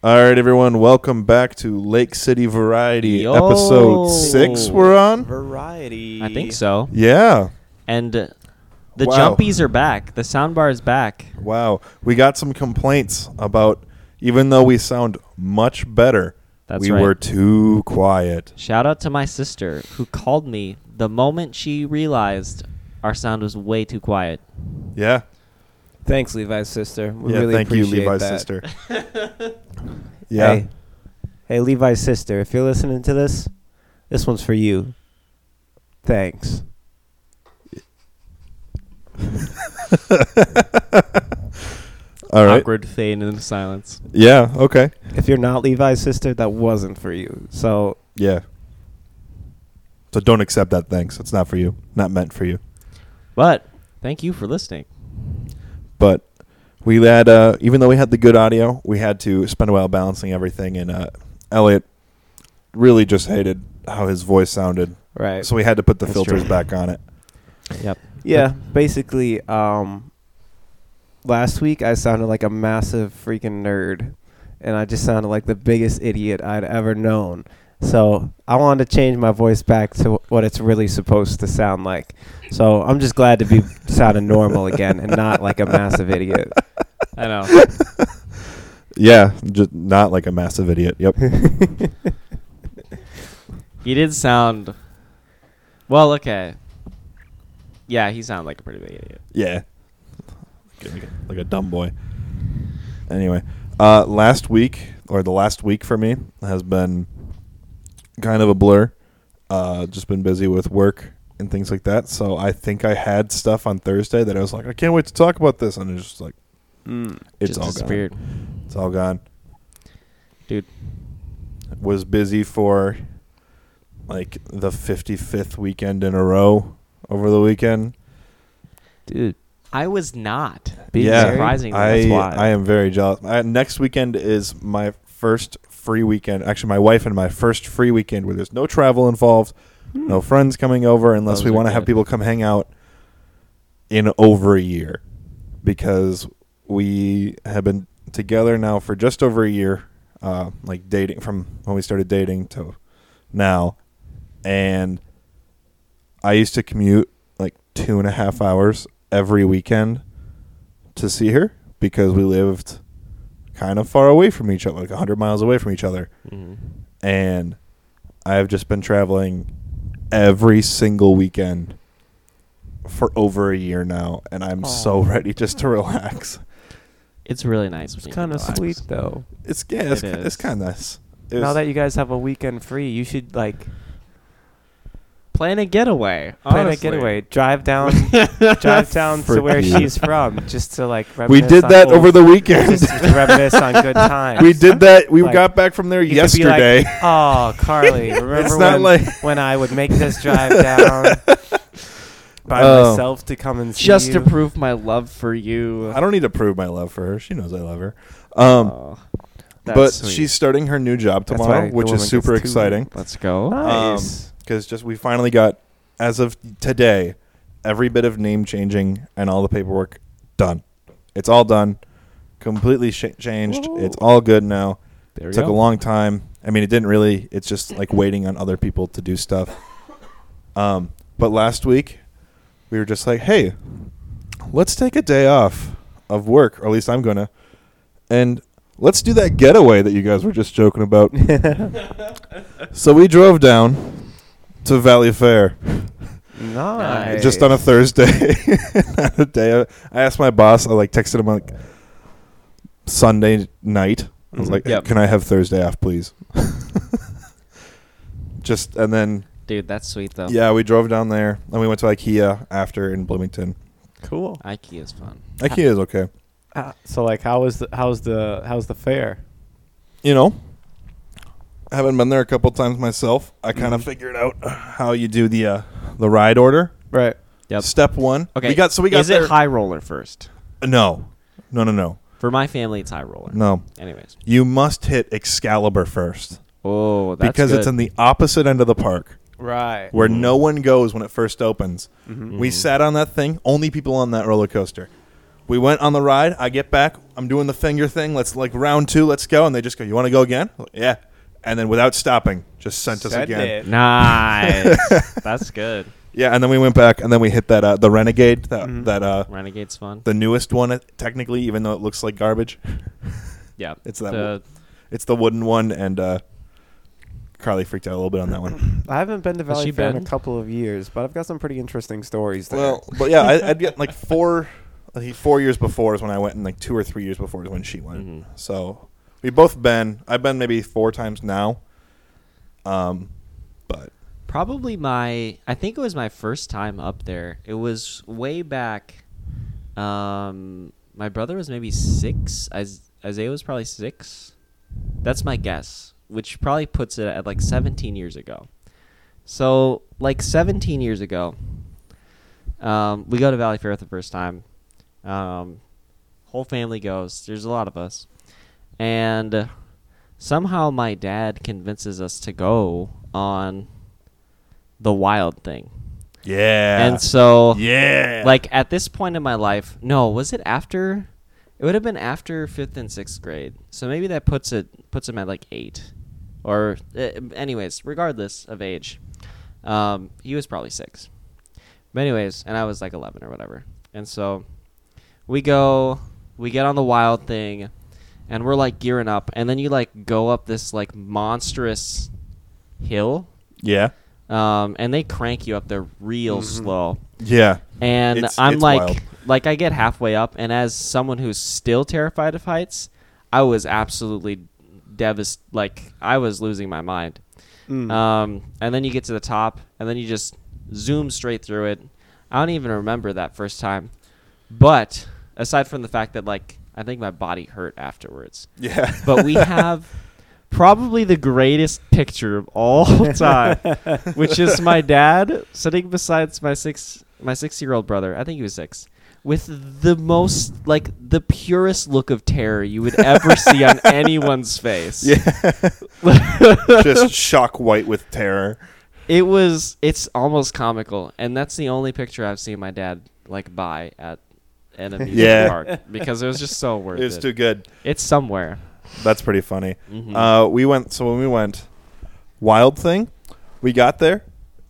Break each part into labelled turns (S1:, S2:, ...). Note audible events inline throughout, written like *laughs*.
S1: All right, everyone, welcome back to Lake City Variety
S2: Yo.
S1: episode six. We're on.
S3: Variety.
S2: I think so.
S1: Yeah.
S2: And uh, the
S1: Wow.
S2: jumpies are back. The sound bar is back.
S1: Wow. We got some complaints about even though we sound much better,
S2: That's
S1: we
S2: right.
S1: were too quiet.
S2: Shout out to my sister who called me the moment she realized our sound was way too quiet.
S1: Yeah.
S3: Thanks, Levi's sister. We
S1: yeah.
S3: really
S1: thank you,
S3: appreciate
S1: Levi's
S3: that. *laughs*
S1: sister. yeah.
S3: Hey. hey, Levi's sister, if you're listening to this, this one's for you. Thanks.
S1: *laughs* All right.
S2: Awkward fade into silence.
S1: Yeah. Okay.
S3: If you're not Levi's sister, that wasn't for you. So
S1: Yeah. So don't accept that. Thanks. It's not for you. Not meant for you.
S2: But thank you for listening.
S1: but we had uh, even though we had the good audio, we had to spend a while balancing everything, and uh, Elliot really just hated how his voice sounded,
S3: right.
S1: so we had to put the
S3: That's
S1: filters
S3: true.
S1: back on it.
S2: Yep.
S3: yeah, basically, um, last week I sounded like a massive freaking nerd, and I just sounded like the biggest idiot I'd ever known. So I wanted to change my voice back to what it's really supposed to sound like. So I'm just glad to be *laughs* sounding normal again and not like a massive idiot. *laughs*
S2: I know.
S1: Yeah, just not like a massive idiot.
S3: *laughs*
S1: Yep.
S2: He did sound. Well, okay. Yeah, he sounded like a pretty big idiot.
S1: yeah, like a, like a- like a dumb boy. Anyway, uh, last week or the last week for me has been kind of a blur. Uh, just been busy with work and things like that. So I think I had stuff on Thursday that I was like, I can't wait to talk about this, and it's just like
S3: Mm.
S1: it's
S2: Just
S1: all
S2: disappeared.
S1: gone. It's all gone.
S2: Dude.
S1: Was busy for like the fifty fifth weekend in a row over the weekend.
S3: Dude,
S2: I was not.
S3: Being
S1: yeah,
S3: married?
S2: surprising.
S1: I,
S2: that's why.
S1: I am very jealous. I, next weekend is my first free weekend. Actually, my wife and my first free weekend where there's no travel involved, no friends coming over, unless
S2: Hmm. Those
S1: we
S2: are
S1: want to have
S2: good.
S1: people come hang out in over a year because we have been together now for just over a year, uh, like dating from when we started dating to now. And I used to commute like two and a half hours every weekend to see her because we lived kind of far away from each other, like 100 miles away from each other.
S2: Mhm.
S1: And I've just been traveling every single weekend for over a year now. And I'm so *laughs* ready just to relax.
S2: It's really nice.
S3: it's
S2: when you
S3: kind of
S2: relax.
S3: sweet though.
S1: It's, yeah, it's,
S2: It
S1: ki- it's
S2: is.
S1: kind of nice. It
S3: Now
S1: was-
S3: that you guys have a weekend free, you should like
S2: Plan a getaway.
S3: plan a
S2: honestly.
S3: getaway, drive down,
S1: *laughs*
S3: drive down to
S1: Frick
S3: where
S1: you. *laughs*
S3: she's from, just to like.
S1: we
S3: reminisce
S1: did
S3: on
S1: that
S3: old
S1: over the weekend.
S3: *laughs* just to reminisce on good
S1: *laughs*
S3: times.
S1: we did that. We
S3: Like,
S1: got back from there
S3: You could be like,
S1: yesterday.
S3: oh, Carly, remember
S1: *laughs* It's
S3: when,
S1: not like-
S3: when I would make this
S1: *laughs*
S3: drive down by
S1: Oh.
S3: myself to come and see
S2: Just to
S3: you?
S2: prove my love for you.
S1: I don't need to prove my love for her. She knows I love her. Um,
S2: Oh, that's
S1: but
S2: sweet.
S1: she's starting her new job
S3: That's
S1: tomorrow,
S3: why the
S1: which
S3: woman
S1: is
S3: gets
S1: super
S3: two
S1: exciting.
S2: Let's go.
S3: Uh, Nice.
S1: Because Um, just we finally got, as of today, every bit of name changing and all the paperwork done. It's all done, completely sh- changed. It's all good now.
S2: There
S1: It
S2: we
S1: took
S2: go.
S1: a long time. I mean, it didn't really. It's just like waiting on other people to do stuff. Um, but last week, we were just like, hey, let's take a day off of work, or at least I'm gonna, and let's do that getaway that you guys were just joking about.
S3: *laughs*
S1: so we drove down to Valley Fair
S3: nice.
S1: just on a Thursday. *laughs* on a day, I asked my boss. I like texted him like Sunday night. I was
S3: Mhm.
S1: like,
S2: Mm-hmm. Yep.
S1: "Can I have Thursday off, please?" *laughs* just and then
S2: Dude, that's sweet though.
S1: yeah, we drove down there and we went to IKEA after in Bloomington.
S3: Cool.
S2: IKEA is fun.
S1: IKEA is okay,
S3: Uh, so like, how was the how's the how's the fair?
S1: you know. I haven't been there a couple times myself. I kind
S2: Mm-hmm.
S1: of figured out how you do the uh, the ride order.
S3: Right.
S2: Yep.
S1: Step one.
S2: Okay.
S1: We got so we got
S2: Is
S1: there.
S2: it high roller first?
S1: no, no, no, no,
S2: For my family, it's high roller.
S1: no.
S2: Anyways.
S1: you must hit Excalibur first
S2: Oh, that's
S1: because it's
S2: good.
S1: in the opposite end of the park
S3: Right.
S1: where no
S2: Mm-hmm.
S1: one goes when it first opens. We sat on that thing, only people on that roller coaster. We went on the ride. I get back. I'm doing the finger thing. Let's like round two. Let's go. And they just go. You want to go again? Yeah. And then without stopping, just sent us
S4: Send
S1: again.
S4: it.
S2: Nice.
S1: *laughs*
S2: That's good.
S1: Yeah. And then we went back. And then we hit that uh, the renegade that
S2: Mm-hmm.
S4: Mhm.
S1: that uh,
S2: Renegade's fun.
S1: the newest one uh, technically, even though it looks like garbage. *laughs*
S2: yeah.
S1: It's that
S2: The-
S1: It's the wooden one, and uh, Carly freaked out a little bit on that
S3: *laughs*
S1: one.
S4: I haven't been to
S2: Has
S4: Valley
S2: she
S4: Fair in a
S2: been?
S4: couple of years, but I've got some pretty interesting stories there.
S1: well, but yeah,
S4: *laughs*
S1: I, I'd get like four, I think four years before is when I went, and like two or three years before is when she went.
S2: Mhm.
S1: So we've both been. I've been maybe four times now. Um, but
S2: Probably my I think it was my first time up there. It was way back um my brother was maybe 6. Is- Isaiah was probably 6. That's my guess, which probably puts it at like 17 years ago. So, like 17 years ago, um, we go to Valley Fair for the first time. Um, whole family goes. There's a lot of us. And somehow my dad convinces us to go on the wild thing.
S1: yeah,
S2: And so
S1: yeah,
S2: like at this point in my life, no, was it after it would have been after 5th and 6th grade. So maybe that puts it puts him at like 8 or uh, anyways, regardless of age. Um he was probably 6. But anyways, and I was like 11 or whatever. And so we go, we get on the wild thing, and we're like gearing up, and then you like go up this like monstrous hill,
S1: yeah,
S2: um, and they crank you up there real slow.
S1: yeah,
S2: And
S1: Mm-hmm. It's-
S2: I'm
S1: it's
S2: like,
S1: wild.
S2: like I get halfway up, and as someone who's still terrified of heights, I was absolutely devastated. Like I was losing my mind.
S1: Hmm.
S4: Mm.
S2: Um, and then you get to the top, and then you just zoom straight through it. I don't even remember that first time, but aside from the fact that like I think my body hurt afterwards.
S1: *laughs* yeah.
S2: But we have probably the greatest picture of
S1: *laughs*
S2: all time,
S3: Uh,
S2: which is my dad sitting beside my six my six year old brother. I think he was six. With the most, like, the purest look of terror you would
S1: *laughs*
S2: ever see on anyone's face.
S1: just shock white with terror.
S2: It was. It's almost comical, and that's the only picture I've seen my dad like buy at an amusement
S1: Yeah.
S2: park because it was just so
S1: *laughs*
S2: worth
S1: It's
S2: it.
S1: too good.
S2: it's somewhere.
S1: That's pretty funny.
S2: Mhm.
S1: Uh, we went. So when we went, wild thing, we got there.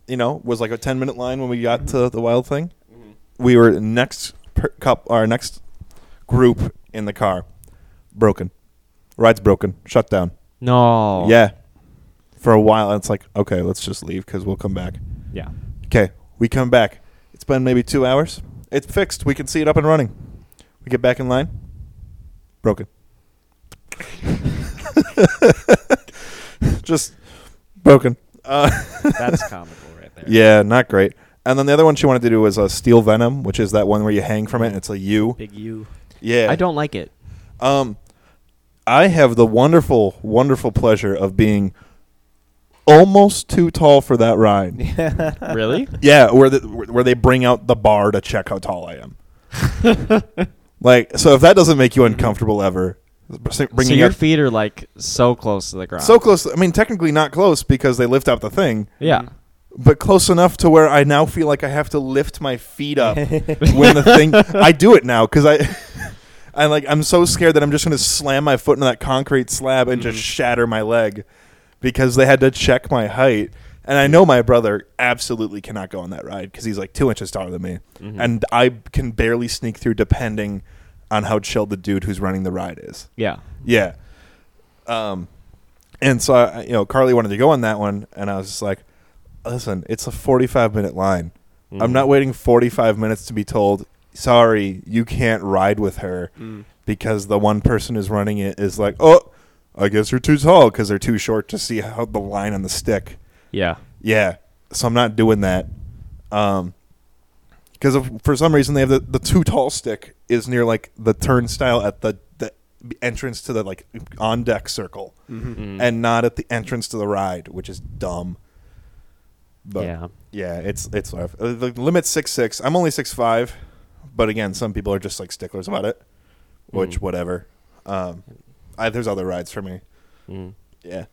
S1: You know, was like a ten minute line when we got to the wild thing. We were next per cup, our next group in the car, broken. Ride's broken, shut down.
S2: No.
S1: Yeah, for a while. It's like okay, let's just leave because we'll come back.
S2: Yeah.
S1: Okay, we come back. It's been maybe two hours. It's fixed. We can see it up and running. We get back in line. Broken. *laughs* Just broken. Uh, *laughs*
S2: That's comical right there.
S1: yeah, not great. And then the other one she wanted to do was uh, Steel Venom, which is that one where you hang from it and it's a U.
S4: *laughs* Big U.
S1: Yeah.
S2: I don't like it.
S1: Um, I have the wonderful, wonderful pleasure of being almost too tall for that ride.
S2: *laughs*
S3: *laughs*
S2: Really?
S1: Yeah, where the, where they bring out the bar to check how tall I am. like, so if that doesn't make you uncomfortable ever,
S2: Mm-hmm. so
S1: bringing
S2: your
S1: out
S2: feet are like so close to the ground.
S1: so close. I mean, technically not close because they lift up the thing,
S2: yeah.
S1: but close enough to where I now feel like I have to lift my feet
S2: *laughs*
S1: up when the thing. I do it now because I. *laughs* I like I'm so scared that I'm just going to slam my foot into that concrete slab and
S2: Mm-hmm.
S1: just shatter my leg because they had to check my height. And I know my brother absolutely cannot go on that ride because he's like two inches taller than me,
S2: Mm-hmm. Mm.
S1: and I can barely sneak through depending on how chilled the dude who's running the ride is.
S2: Yeah.
S1: Yeah. Um, and so I, you know, Carly wanted to go on that one, and I was just like, "Listen, it's a forty-five minute line. I'm not waiting forty-five minutes to be told, sorry, you can't ride with her because the one person who's running it is like, oh, I guess you're too tall because they're too short to see how the line on the stick.
S2: Yeah.
S1: Yeah, so I'm not doing that. Um, because for some reason they have the, the too tall stick is near like the turnstile at the, the entrance to the like on deck circle,
S3: Mm-hmm.
S2: Hmm. Mm-hmm.
S1: and not at the entrance to the ride, which is dumb. But yeah,
S2: yeah.
S1: it's it's uh, the limit's six six. I'm only six five, but again, some people are just like sticklers about it, which
S2: Mm.
S1: whatever. Um, I, there's other rides for me.
S2: Mm.
S1: Yeah,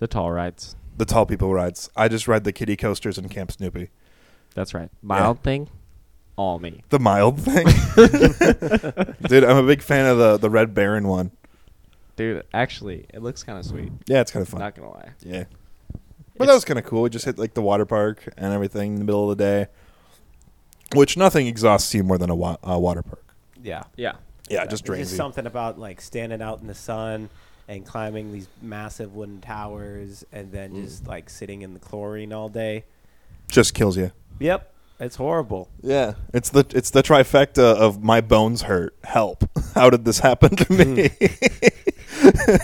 S2: The tall rides.
S1: the tall people rides. I just ride the kiddie coasters and Camp Snoopy.
S2: That's right. Mild thing. all me.
S1: The mild thing. Dude, I'm a big fan of the, the Red Baron one.
S2: Dude, actually, it looks kind of sweet.
S1: Yeah, it's kind of fun.
S2: Not gonna lie.
S1: yeah. But that was kind of cool. We just hit like the water park and everything in the middle of the day, which nothing exhausts you more than a wa- uh, water park.
S3: Yeah.
S2: Yeah.
S1: Yeah, it just
S3: There's
S1: drains
S3: just
S1: you.
S3: something about like standing out in the sun and climbing these massive wooden towers and then
S1: Mm.
S3: just like sitting in the chlorine all day.
S1: just kills you.
S3: Yep. It's horrible.
S1: Yeah, it's the it's the trifecta of my bones hurt. Help! *laughs* How did this happen to me? Hmm.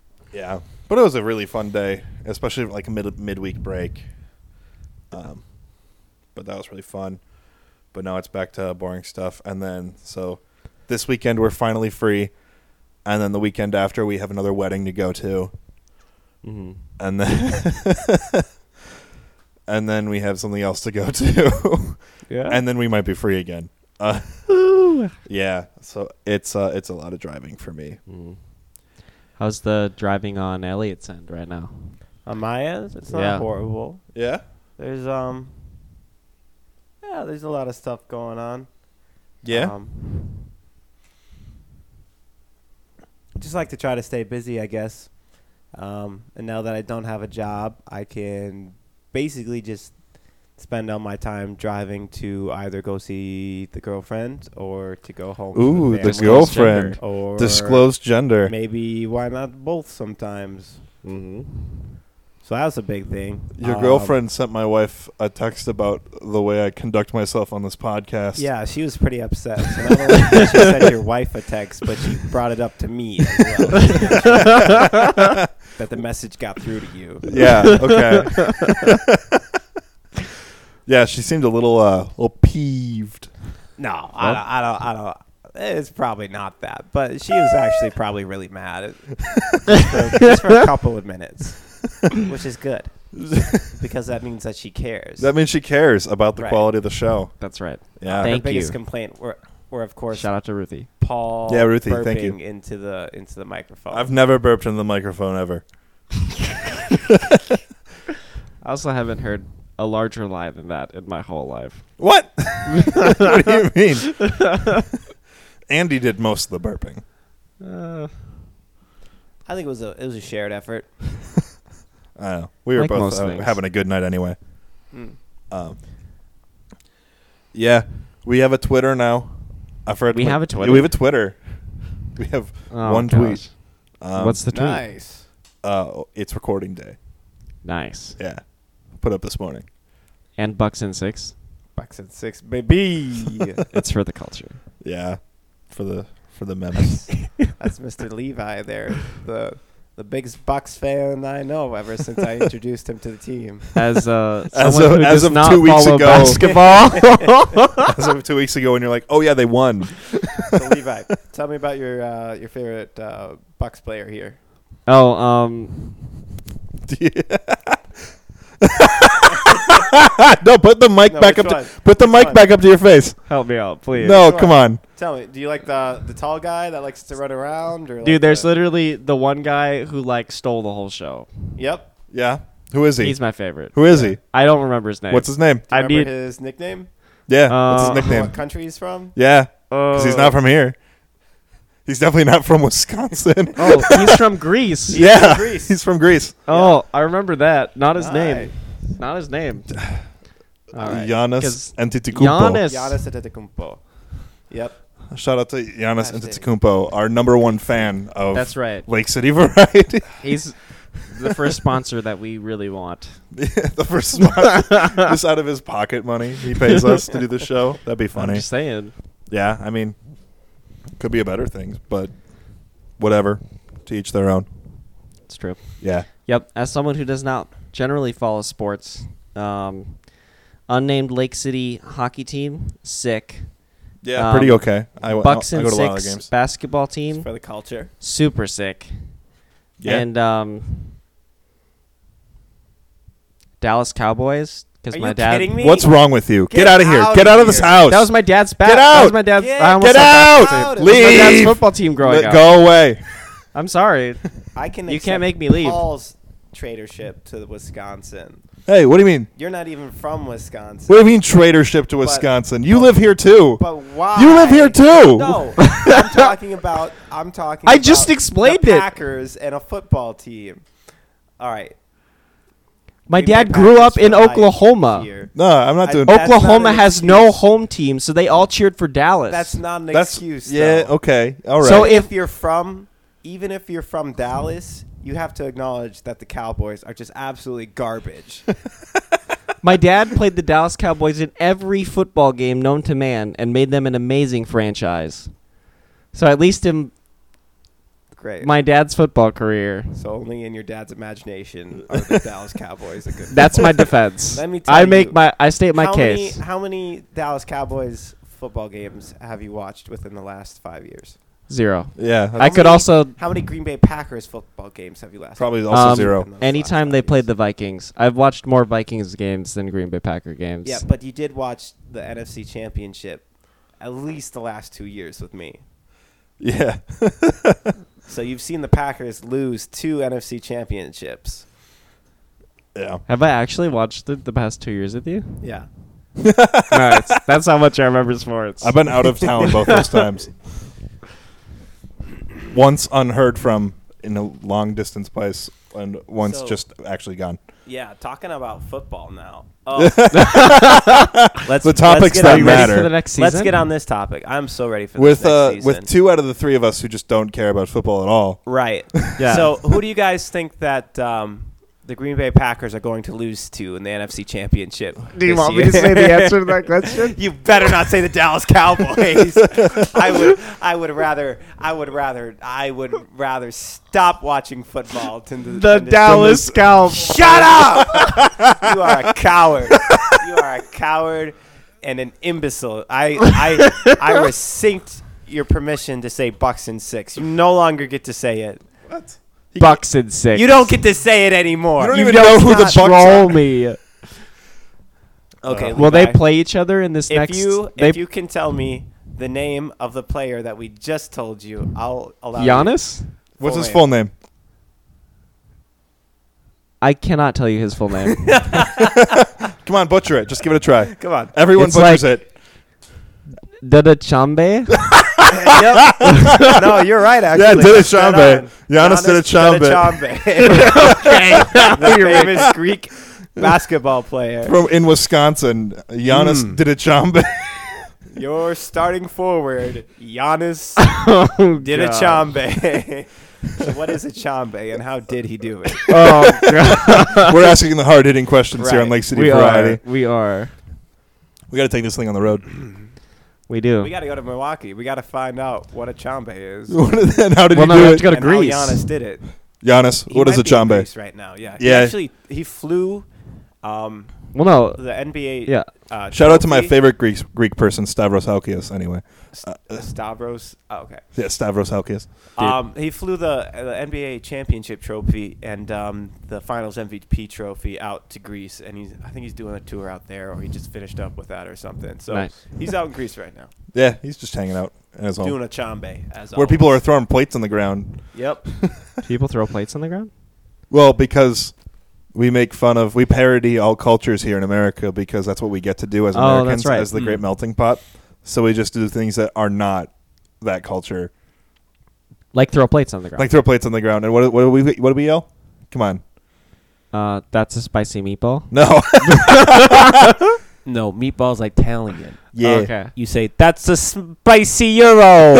S1: *laughs* yeah, but it was a really fun day, especially like a mid midweek break. Um, but that was really fun. But now it's back to boring stuff, and then so this weekend we're finally free, and then the weekend after we have another wedding to go to
S2: Mm-hmm.
S1: and then *laughs* and then we have something else to go *laughs* to,
S3: Yeah.
S1: and then we might be free again. Uh, yeah, so it's uh, it's a lot of driving for me.
S2: Mm-hmm. How's the driving on Elliot's end right now?
S3: on my end, it's not
S2: Yeah.
S3: horrible.
S1: Yeah,
S3: There's um Yeah, there's a lot of stuff going on.
S1: yeah,
S3: Um, just like to try to stay busy, I guess. Um, and now that I don't have a job, I can basically just spend all my time driving to either go see the girlfriend or to go home.
S1: Ooh,
S3: to
S1: the
S3: family,
S1: girlfriend.
S3: Or
S1: disclosed gender.
S3: Maybe why not both sometimes?
S2: Mm-hmm.
S3: So that was a big thing.
S1: Your
S3: Um,
S1: girlfriend sent my wife a text about the way I conduct myself on this podcast.
S3: Yeah, she was pretty upset. So not only did she sent your wife a text, but she brought it up to me as
S1: *laughs*
S3: well. that the message got through to you.
S1: Yeah. Okay.
S3: *laughs*
S1: *laughs* yeah, she seemed a little uh, little peeved.
S3: No, I don't, I don't. I don't. It's probably not that, but she was actually probably really mad at, for, just for a couple of minutes, which is good because that means that she cares.
S1: That means she cares about the
S3: Right.
S1: quality of the show.
S2: That's right.
S1: Yeah.
S3: Her
S2: Thank
S3: biggest
S2: you.
S3: complaint were, were of course
S2: Shout out to Ruthie.
S3: Paul.
S1: Yeah, Ruthie, thank you.
S3: burping into the into the microphone.
S1: I've never burped in the microphone ever.
S2: I also haven't heard a larger lie than that in my whole life. *laughs*
S1: What? what do you mean? Andy did most of the burping.
S2: Uh,
S3: I think it was a it was a shared effort.
S1: I don't know. We were
S2: Like
S1: both
S2: most
S1: uh,
S2: things.
S1: having a good night anyway.
S3: Mm.
S1: Um, yeah, we have a Twitter now. I forgot.
S2: We
S1: what-
S2: have a Twitter?
S1: we have a Twitter. *laughs* We have
S2: oh
S1: one
S2: gosh.
S1: tweet. Um,
S2: What's the tweet?
S3: Nice.
S1: Uh, it's recording day.
S2: Nice.
S1: Yeah, put up this morning.
S2: And Bucks and Six.
S3: Bucks and six, baby.
S2: It's for the culture.
S1: *laughs* Yeah, for the for the memes.
S3: That's Mr. Levi there, the the biggest Bucks fan I know ever since I introduced him to the team.
S2: As
S1: *laughs*
S2: uh,
S1: As
S2: someone
S1: of-
S2: who
S1: as
S2: does
S1: of
S2: not
S1: two weeks
S2: follow
S1: ago.
S2: basketball.
S1: *laughs* As of two weeks ago, and you're like, "Oh yeah, they won."
S3: So Levi, tell me about your uh, your favorite uh, Bucks player here.
S2: oh, um,
S1: *laughs* no, put the mic
S3: No,
S1: back
S3: which
S1: up. To,
S3: one?
S1: put the
S3: Which
S1: mic
S3: one?
S1: back up to your face.
S2: help me out, please.
S1: No,
S3: Sure.
S1: come on.
S3: Tell me, do you like the the tall guy that likes to run around, or like
S2: Dude, there's
S3: the-
S2: literally the one guy who like stole the whole show.
S3: yep.
S1: Yeah. Who is he?
S2: He's my favorite.
S1: Who is he?
S2: I don't remember his name.
S1: What's his name?
S2: I
S3: Remember
S2: need.
S3: his nickname.
S1: Yeah. what's
S2: Uh,
S1: his nickname?
S3: What country he's from?
S1: Yeah.
S2: uh,
S1: Because he's not from here. He's definitely not from Wisconsin.
S2: Oh,
S1: *laughs*
S2: he's from Greece.
S1: yeah.
S3: from Greece.
S1: He's from Greece.
S2: Oh, I remember that. Not his
S3: Nice.
S2: name. Not
S1: *sighs*
S2: his name. All right.
S1: Giannis
S2: 'Cause
S1: Antetokounmpo.
S2: Giannis-
S3: Giannis Antetokounmpo. Yep.
S1: Shout out to Giannis
S3: Gosh,
S1: Antetokounmpo, our number one fan of
S2: That's right.
S1: Lake City *laughs* Variety.
S2: He's the first sponsor that we really want.
S1: *laughs* the first
S2: *laughs*
S1: month, just out of his pocket money, he pays us to do the show. That'd be
S2: I'm
S1: funny.
S2: just saying.
S1: Yeah, I mean, could be a better things, but whatever. To each their own.
S2: It's true.
S1: Yeah.
S2: Yep. As someone who does not generally follow sports, um, unnamed Lake City hockey team, sick.
S1: Yeah,
S2: Um,
S1: pretty okay. I, w-
S2: Bucks
S1: I
S2: and
S1: go to a lot of
S2: six
S1: games.
S2: basketball
S3: It's
S2: team,
S3: for the culture.
S2: super sick.
S1: Yeah.
S2: And um, Dallas Cowboys because
S3: Are
S2: my
S3: you
S2: dad.
S3: kidding me?
S1: What's wrong with you? Get,
S3: Get
S1: out of here.
S3: out
S1: Get
S3: of
S1: out of this
S3: here.
S1: house.
S2: That was my dad's back.
S1: Get
S2: That
S1: out!
S2: was my dad's.
S3: Get
S2: I almost
S1: Get
S2: said
S1: out.
S2: basketball
S3: out of
S2: team. It was My dad's
S1: Leave.
S2: football team growing
S1: Let-
S2: up.
S1: Go away.
S2: I'm sorry.
S3: I
S1: *laughs*
S3: can.
S2: You can't
S3: accept
S2: make me leave.
S3: Paul's traitorship to the Wisconsin.
S1: Hey, what do you mean?
S3: You're not even from Wisconsin.
S1: What do you mean traitorship to Wisconsin? you live here too.
S3: But why?
S1: You live here too. *laughs*
S3: No, I'm talking about. I'm talking.
S2: I just
S3: about
S2: explained
S3: the
S2: it.
S3: Packers and a football team. All right.
S2: My
S3: Green Bay
S2: dad grew up
S3: Packers
S2: in
S3: for life
S2: Oklahoma.
S3: here.
S1: No, I'm not
S3: I-
S1: doing.
S3: That's not
S2: Oklahoma
S3: an
S2: has no
S3: excuse.
S2: home team, so they all cheered for Dallas.
S3: That's not an
S1: that's
S3: excuse.
S1: yeah.
S3: though.
S1: Okay, all right.
S2: So
S1: So
S2: it-
S3: If you're from, even if you're from Dallas, you have to acknowledge that the Cowboys are just
S2: *laughs*
S3: absolutely garbage.
S2: My dad played the Dallas Cowboys in every football game known to man and made them an amazing franchise. So at least in
S3: Great.
S2: my dad's football career,
S3: so only in your dad's
S1: *laughs*
S3: imagination are the Dallas Cowboys a good.
S2: that's my defense.
S3: *laughs* Let me tell
S2: I make
S3: you,
S2: my I state my
S3: how
S2: case.
S3: Many, how many Dallas Cowboys football games have you watched within the last five years?
S2: Zero.
S1: yeah, *laughs*
S2: I
S1: that's
S2: could
S3: many-
S2: also
S3: How many Green Bay Packers football games have you last?
S1: probably also
S2: um,
S1: zero.
S3: those
S2: anytime
S3: last
S2: they
S3: five
S2: played
S3: years.
S2: the Vikings. I've watched more Vikings games than Green Bay Packer games.
S3: Yeah, but you did watch the NFC Championship at least the last two years with me.
S1: Yeah, *laughs*
S3: So you've seen the Packers lose two NFC Championships.
S1: yeah.
S2: Have I actually watched it the past two years with you?
S3: Yeah.
S2: no, it's, *laughs* that's how much I remember sports.
S1: I've been out of town both
S2: *laughs*
S1: those times. Once unheard from in a long distance place, and once
S3: So-
S1: just actually gone.
S3: Yeah, talking about
S2: *laughs*
S3: football now. Oh. let's,
S1: The topics
S3: let's get
S1: that
S2: Are
S3: on
S2: you ready
S3: this-
S1: matter.
S2: for the next season?
S3: Let's get on this topic. I'm so ready for
S1: With
S3: this
S1: uh,
S3: next season.
S1: with two out of the three of us who just don't care about football at all.
S3: Right.
S2: *laughs* Yeah.
S3: So, who do you guys think that um, the Green Bay Packers are going to lose to in the NFC Championship?
S2: Do you
S3: this
S2: want me to
S3: year?
S2: say *laughs* the answer to that question?
S3: *laughs* you better not say the
S2: *laughs*
S3: Dallas Cowboys. I would. I would rather. I would rather. I would rather stop watching football than to,
S2: The
S3: than to-
S2: Dallas Cowboys.
S3: Shut up! you are
S1: *laughs*
S3: a coward. You are a coward and an imbecile. I I
S1: *laughs*
S3: I rescind your permission to say Bucks and six. You no longer get to say it.
S2: Bucks and six.
S3: You don't get to say it anymore.
S1: You don't
S2: You
S1: even
S2: don't
S1: know who the Bucks
S2: not troll
S1: are.
S2: me.
S3: okay.
S2: Will they
S3: Levi.
S2: play each other in this
S3: If
S2: next?
S3: you
S2: they,
S3: if you can tell me the name of the player that we just told you, I'll allow you-
S2: Giannis.
S1: What's
S3: Full
S1: his
S3: name. *laughs*
S1: full name?
S2: I cannot tell you his full name.
S1: *laughs* Come on, butcher it. Just give it a try.
S3: *laughs*
S1: *laughs*
S3: Come on.
S1: Everyone
S2: It's
S1: butchers
S2: like-
S1: it. *laughs*
S2: Dada Chambe.
S3: Yep. *laughs* no, you're right.
S1: Yeah,
S3: Actually,
S1: did it,
S3: Right
S1: Chambe.
S3: on.
S1: Giannis did it, Chambe. *laughs*
S3: *laughs* the famous Greek basketball player.
S1: From in Wisconsin, Giannis
S2: Hmm.
S1: did it,
S2: *laughs*
S1: Chambe.
S3: Your starting forward,
S1: *laughs*
S3: Giannis
S2: oh,
S3: did a
S2: God.
S3: Chambe. *laughs* so what is a Chambe, and how did he do it?
S2: Oh
S1: *laughs*
S2: God.
S1: We're asking the hard hitting questions here on
S3: Right.
S1: Lake City
S2: we
S1: Variety.
S2: are. *laughs* We are.
S1: We got to take this thing on the road. *laughs*
S2: We do.
S3: We got to go to Milwaukee. We got to find out what a Chambe is.
S1: and how did you
S2: well, no,
S1: do
S2: we have
S1: it?
S2: to go to
S3: and how
S2: Greece.
S3: Giannis did it.
S1: Giannis,
S3: He
S1: what is a
S3: might be in
S1: Chambe?
S3: Greece Right now, yeah. He
S1: Yeah.
S3: actually, he flew. Um,
S2: Well, no.
S3: the NBA.
S2: Yeah.
S3: Uh,
S1: Shout out to my
S3: trophy.
S1: favorite Greek Greek person, Stavros Halkias. Anyway, Uh,
S3: Stavros. Oh, okay.
S1: yeah, Stavros Halkias.
S2: Dude.
S3: uh, Um, he flew the, uh, the NBA championship trophy and um, the Finals MVP trophy out to Greece, and he's I think he's doing a tour out there, or he just finished up with that or something. So
S2: Nice.
S3: he's out in Greece right now,
S1: Yeah, he's just hanging out in his home,
S3: doing a chambe as
S1: where
S3: always.
S1: people are throwing plates on the ground. *laughs*
S3: Yep.
S2: People throw plates on the ground.
S1: Well, because we make fun of, we parody all cultures here in America because that's what we get to do as
S2: Oh, that's
S1: Americans,
S2: right.
S1: as the
S2: Mm.
S1: great melting pot. So we just do things that are not that culture,
S2: Like throw plates on the ground.
S1: like throw plates on the ground. And what, what do we what do we yell? Come on,
S2: uh, that's a spicy meatball. *laughs*
S1: no, *laughs*
S3: No, meatballs Italian.
S1: yeah.
S2: Okay.
S3: You say that's a spicy
S1: *laughs*
S3: euro.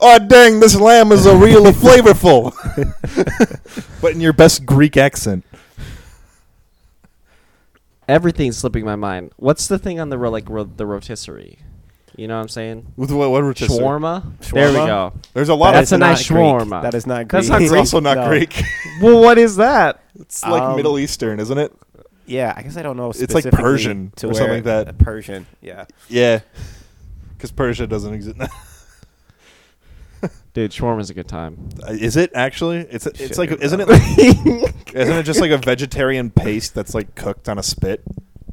S1: Oh dang, this lamb is a *laughs* real flavorful. but in your best Greek accent.
S2: Everything's slipping my mind. What's the thing on the ro- like ro- the rotisserie? You know what I'm saying?
S1: With what, what rotisserie?
S2: Shawarma. There we
S3: Shawarma?
S2: go.
S1: There's a lot
S2: That's
S1: of
S2: a nice shawarma.
S3: That is not
S2: That's
S3: Greek.
S2: not
S1: it's
S2: Greek.
S1: also not
S3: No.
S1: Greek.
S2: Well, what is that?
S1: *laughs* It's like
S3: Um,
S1: Middle Eastern, isn't it?
S3: Yeah, I guess I don't know.
S1: It's like
S3: specifically
S1: Persian
S3: to
S1: or something
S3: where-
S1: like that.
S3: Persian. Yeah.
S1: Yeah. Cuz Persia doesn't exist. *laughs*
S2: Dude, shawarma's a good time.
S1: Uh, is it actually? It's it's
S3: Shit,
S1: like
S3: you're
S2: *laughs*
S1: isn't it
S3: wrong.
S1: like, isn't it just like a vegetarian paste that's like cooked on a spit?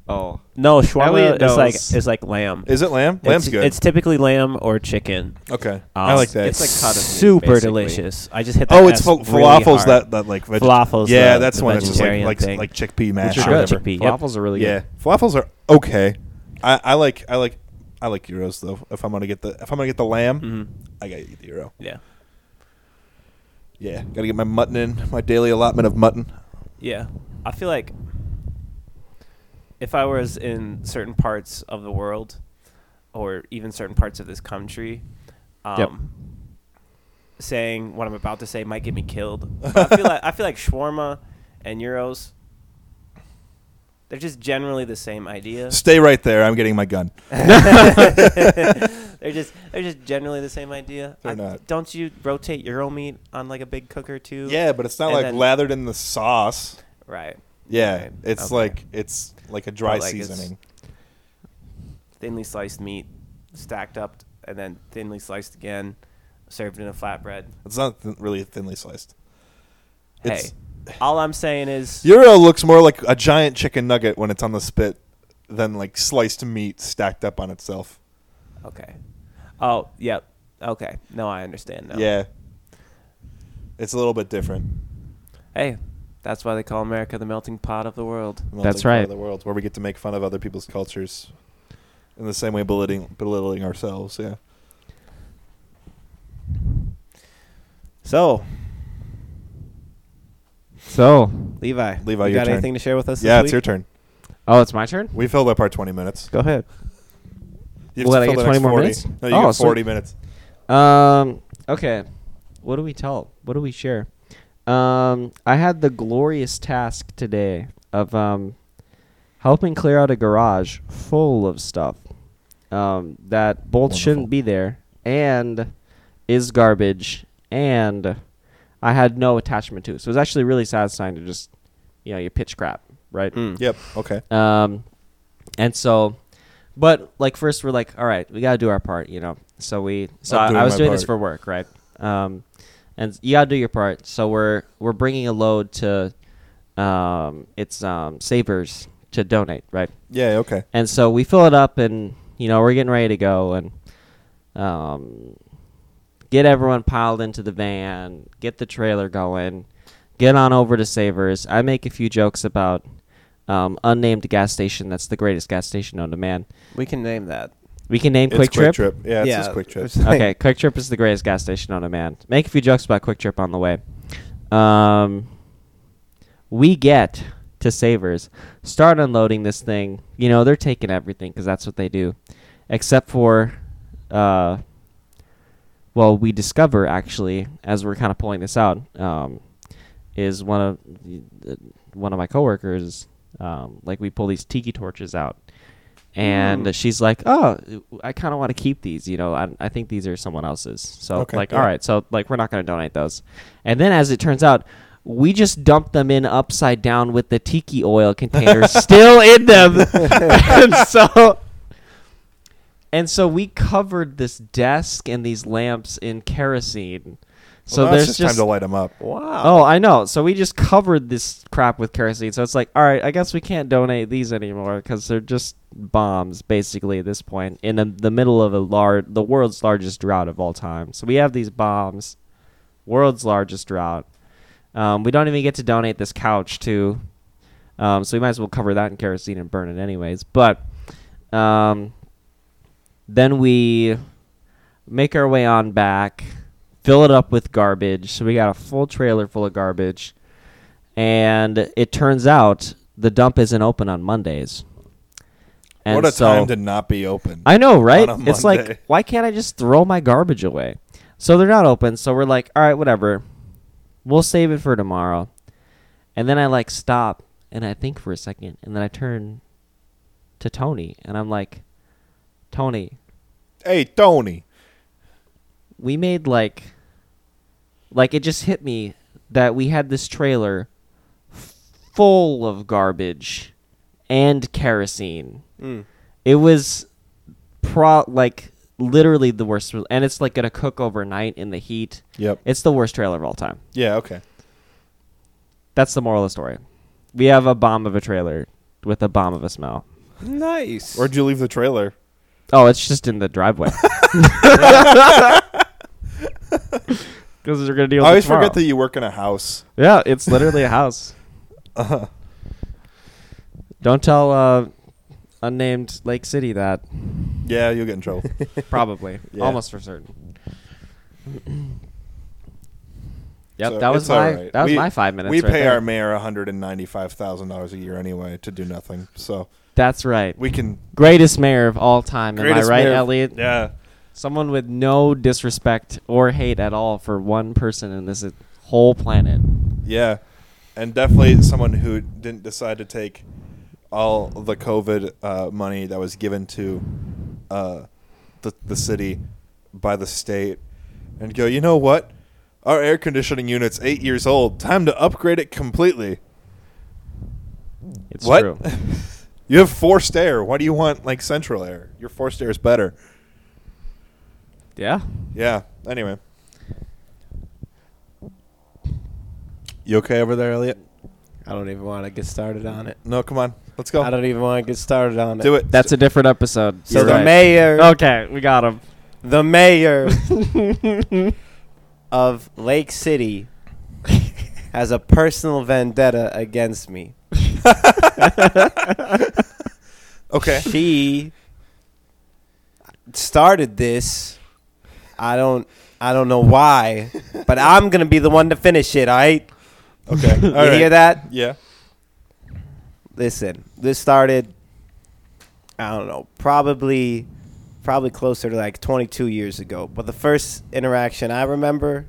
S2: Oh,
S3: No, shawarma
S2: Elliot
S3: is like
S2: knows.
S3: is like lamb.
S1: Is it lamb? Lamb's
S3: it's,
S1: good.
S3: It's typically lamb or chicken.
S1: okay, I
S3: Um,
S1: like that.
S2: It's like cut of meat,
S3: super
S2: basically.
S3: delicious. I just hit. The
S1: oh, it's fa-
S3: S really
S1: falafels
S3: hard.
S1: that that like veg-
S3: Falafels,
S1: Yeah,
S3: the-
S1: that's
S3: the
S1: one that's just like
S3: vegetarian
S1: like,
S3: thing.
S1: like chickpea mash.
S2: Which
S1: or
S2: are
S1: whatever.
S3: good. Chickpea, yep.
S2: falafels are really
S1: yeah,
S2: good.
S1: falafels are okay. I, I like I like I like euros though. If I'm gonna get the if I'm gonna get the lamb,
S3: Mhm.
S1: I gotta get the euro.
S3: Yeah,
S1: Yeah, gotta get my mutton in my daily allotment of mutton.
S3: yeah. I feel like if I was in certain parts of the world, or even certain parts of this country, um,
S2: Yep.
S3: saying what I'm about to say might get
S1: *laughs*
S3: me killed. But I feel like I feel like shawarma and euros. They're just generally the same idea.
S1: Stay right there. I'm getting my
S3: *laughs*
S1: gun. *laughs*
S3: they're just they're just generally the same idea.
S1: They're not.
S3: Don't you rotate your own meat on like a big cooker too?
S1: Yeah, but it's not
S3: And
S1: like
S3: then-
S1: lathered in the sauce.
S3: Right.
S1: Yeah,
S3: Right,
S1: it's
S3: okay.
S1: like it's like a dry
S3: But, like, it's-
S1: seasoning.
S3: Thinly sliced meat, stacked up, and then thinly sliced again, served in a flatbread.
S1: It's not th- really thinly sliced.
S3: Hey,
S1: It's-
S3: all I'm
S1: *laughs*
S3: saying is
S1: Euro looks more like a giant chicken nugget when it's on the spit than like sliced meat stacked up on itself.
S3: okay. Oh, yep. Okay. No, I understand now.
S1: Yeah, it's a little bit different.
S3: Hey, that's why they call America the melting pot of the world.
S1: Melting
S2: That's
S1: pot
S2: right.
S1: Of the world where we get to make fun of other people's cultures in the same way belittling belittling ourselves. Yeah.
S3: So,
S2: So,
S3: Levi,
S1: Levi,
S3: you
S1: your
S3: got
S1: turn.
S3: anything to share with us?
S1: Yeah, it's
S3: this
S1: your turn.
S3: week?
S2: oh, it's my turn.
S1: We filled up our 20 minutes.
S3: Go ahead.
S1: You
S2: Will
S1: have
S2: I
S1: to fill
S2: get
S1: the next
S2: 20 more
S1: 40.
S2: minutes?
S1: No, you
S2: Oh,
S1: get 40
S2: sweet.
S1: minutes.
S2: Um. Okay. What do we tell? What do we share? Um. I had the glorious task today of um, helping clear out a garage full of stuff, um, that both
S1: Wonderful.
S2: shouldn't be there and is garbage and I had no attachment to. So it was actually really satisfying to just, you know, you pitch crap, right?
S1: Yep. Okay.
S2: Um, and so, but like first we're like, all right, we gotta do our part, you know. So we, so
S1: I'm
S2: I,
S1: doing
S2: I was
S1: my
S2: doing this
S1: part.
S2: for work, right? Um, and you gotta do your part. So we're we're bringing a load to, um, it's um savers to donate, right?
S1: Yeah. Okay.
S2: And so we fill it up, and you know we're getting ready to go, and um, get everyone piled into the van, get the trailer going, get on over to Savers. I make a few jokes about um, unnamed gas station. That's the greatest gas station known to man.
S3: We can name that.
S2: We can name
S1: It's
S2: Quick Trip.
S1: Yeah, it's just quick trip.
S3: it's like-
S2: Okay, Quick Trip is the greatest gas station known to man. Make a few jokes about Quick Trip on the way. Um, we get to Savers, start unloading this thing. You know, they're taking everything because that's what they do, except for, uh, well, we discover actually as we're kind of pulling this out, um, is one of the- one of my coworkers, um, like we pull these tiki torches out, and
S3: Mm.
S2: she's like, "Oh, I kind of want to keep these. You know, I, I think these are someone else's. So
S1: Okay,
S2: like,
S1: yeah.
S2: all right, so like we're not going to donate those." And then as it turns out. We just dumped them in upside down with the tiki oil
S1: *laughs*
S2: containers still in them, *laughs* and so and so we covered this desk and these lamps in kerosene. So
S1: well, now it's
S2: there's
S1: just,
S2: just,
S1: time to light them up.
S3: Wow.
S2: Oh, I know. So we just covered this crap with kerosene. So it's like, all right, I guess we can't donate these anymore because they're just bombs, basically at this point, in the, the middle of a large, the world's largest drought of all time. So we have these bombs, world's largest drought. Um, we don't even get to donate this couch to, um, so we might as well cover that in kerosene and burn it anyways. But um, then we make our way on back, fill it up with garbage. So we got a full trailer full of garbage. And it turns out the dump isn't open on Mondays. And
S1: what a
S2: so,
S1: time to not be open.
S2: I know, right?
S1: on a
S2: It's
S1: Monday.
S2: like, why can't I just throw my garbage away? So they're not open. So we're like, all right, whatever. We'll save it for tomorrow. And then I like stop and I think for a second. And then I turn to Tony and I'm like, Tony,
S1: hey, Tony.
S2: we made like like it just hit me that we had this trailer full of garbage and kerosene
S3: Mm.
S2: it was pro like literally the worst and it's like gonna cook overnight in the heat
S1: Yep.
S2: it's the worst trailer of all time
S1: Yeah. Okay.
S2: that's the moral of the story we have a bomb of a trailer with a bomb of a smell
S3: Nice.
S1: Where'd you leave the trailer?
S2: Oh, it's just in
S1: *laughs*
S2: the driveway. Because they're gonna deal.
S1: I
S2: With
S1: always
S2: it tomorrow.
S1: forget that you work in a house.
S2: Yeah, it's literally a house.
S1: Uh,
S2: Don't tell uh, unnamed Lake City that.
S1: yeah, you'll get in trouble.
S2: Probably,
S1: Yeah.
S2: almost for
S1: *clears throat*
S2: certain. *laughs* yep,
S1: So
S2: that was
S1: it's all
S2: my
S1: right.
S2: that was
S1: We-
S2: my five minutes.
S1: we
S2: right
S1: pay
S2: there.
S1: our mayor hundred and ninety-five thousand dollars a year anyway to do nothing, so
S2: That's right.
S1: we can.
S2: Greatest mayor of all time. Am I
S1: Greatest
S2: right,
S1: mayor-
S2: Elliot?
S1: Yeah,
S2: Someone with no disrespect or hate at all for one person in this whole planet.
S1: yeah, and definitely someone who didn't decide to take all the COVID uh, money that was given to uh, the the city by the state and go. You know what? Our air conditioning unit's eight years old. Time to upgrade it completely.
S2: It's
S1: what? *laughs*
S2: true.
S1: you have forced air. Why do you want like central air? Your forced air is better.
S2: yeah.
S1: Yeah. Anyway. You okay over there, Elliot?
S3: I don't even want to get started on it.
S1: No, come on. Let's go.
S3: I don't even want to get started on it.
S1: Do it.
S2: That's a different episode.
S3: So
S2: You're
S3: the
S2: right.
S3: mayor,
S2: Okay, we
S1: *laughs*
S2: got him. *laughs*
S3: the mayor of Lake City has a personal vendetta against me.
S1: Okay.
S3: She started this. I don't I don't know why, but I'm going to be the one to finish it, all right?
S1: Okay. *laughs* All
S3: *laughs* You hear
S1: right.
S3: that?
S1: Yeah.
S3: listen, this started, I don't know, probably, probably closer to like 22 years ago. But the first interaction I remember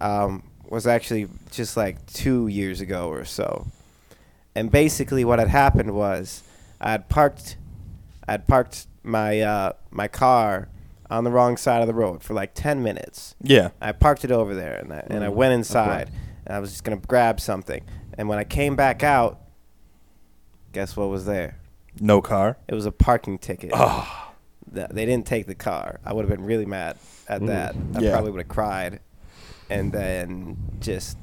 S3: um, was actually just like two years ago or so. And basically, what had happened was I had parked, I had parked my uh, my car on the wrong side of the road for like 10 minutes.
S1: Yeah.
S3: I parked it over there, and I, and I
S2: Mm,
S3: went
S2: okay.
S3: inside, and I was just gonna grab something. And when I came back out, guess what was there?
S1: No car.
S3: It was a parking ticket.
S1: Oh.
S3: Th- They didn't take the car. I would have been really mad at
S2: Ooh.
S3: that. I
S1: Yeah.
S3: probably would have cried, and then just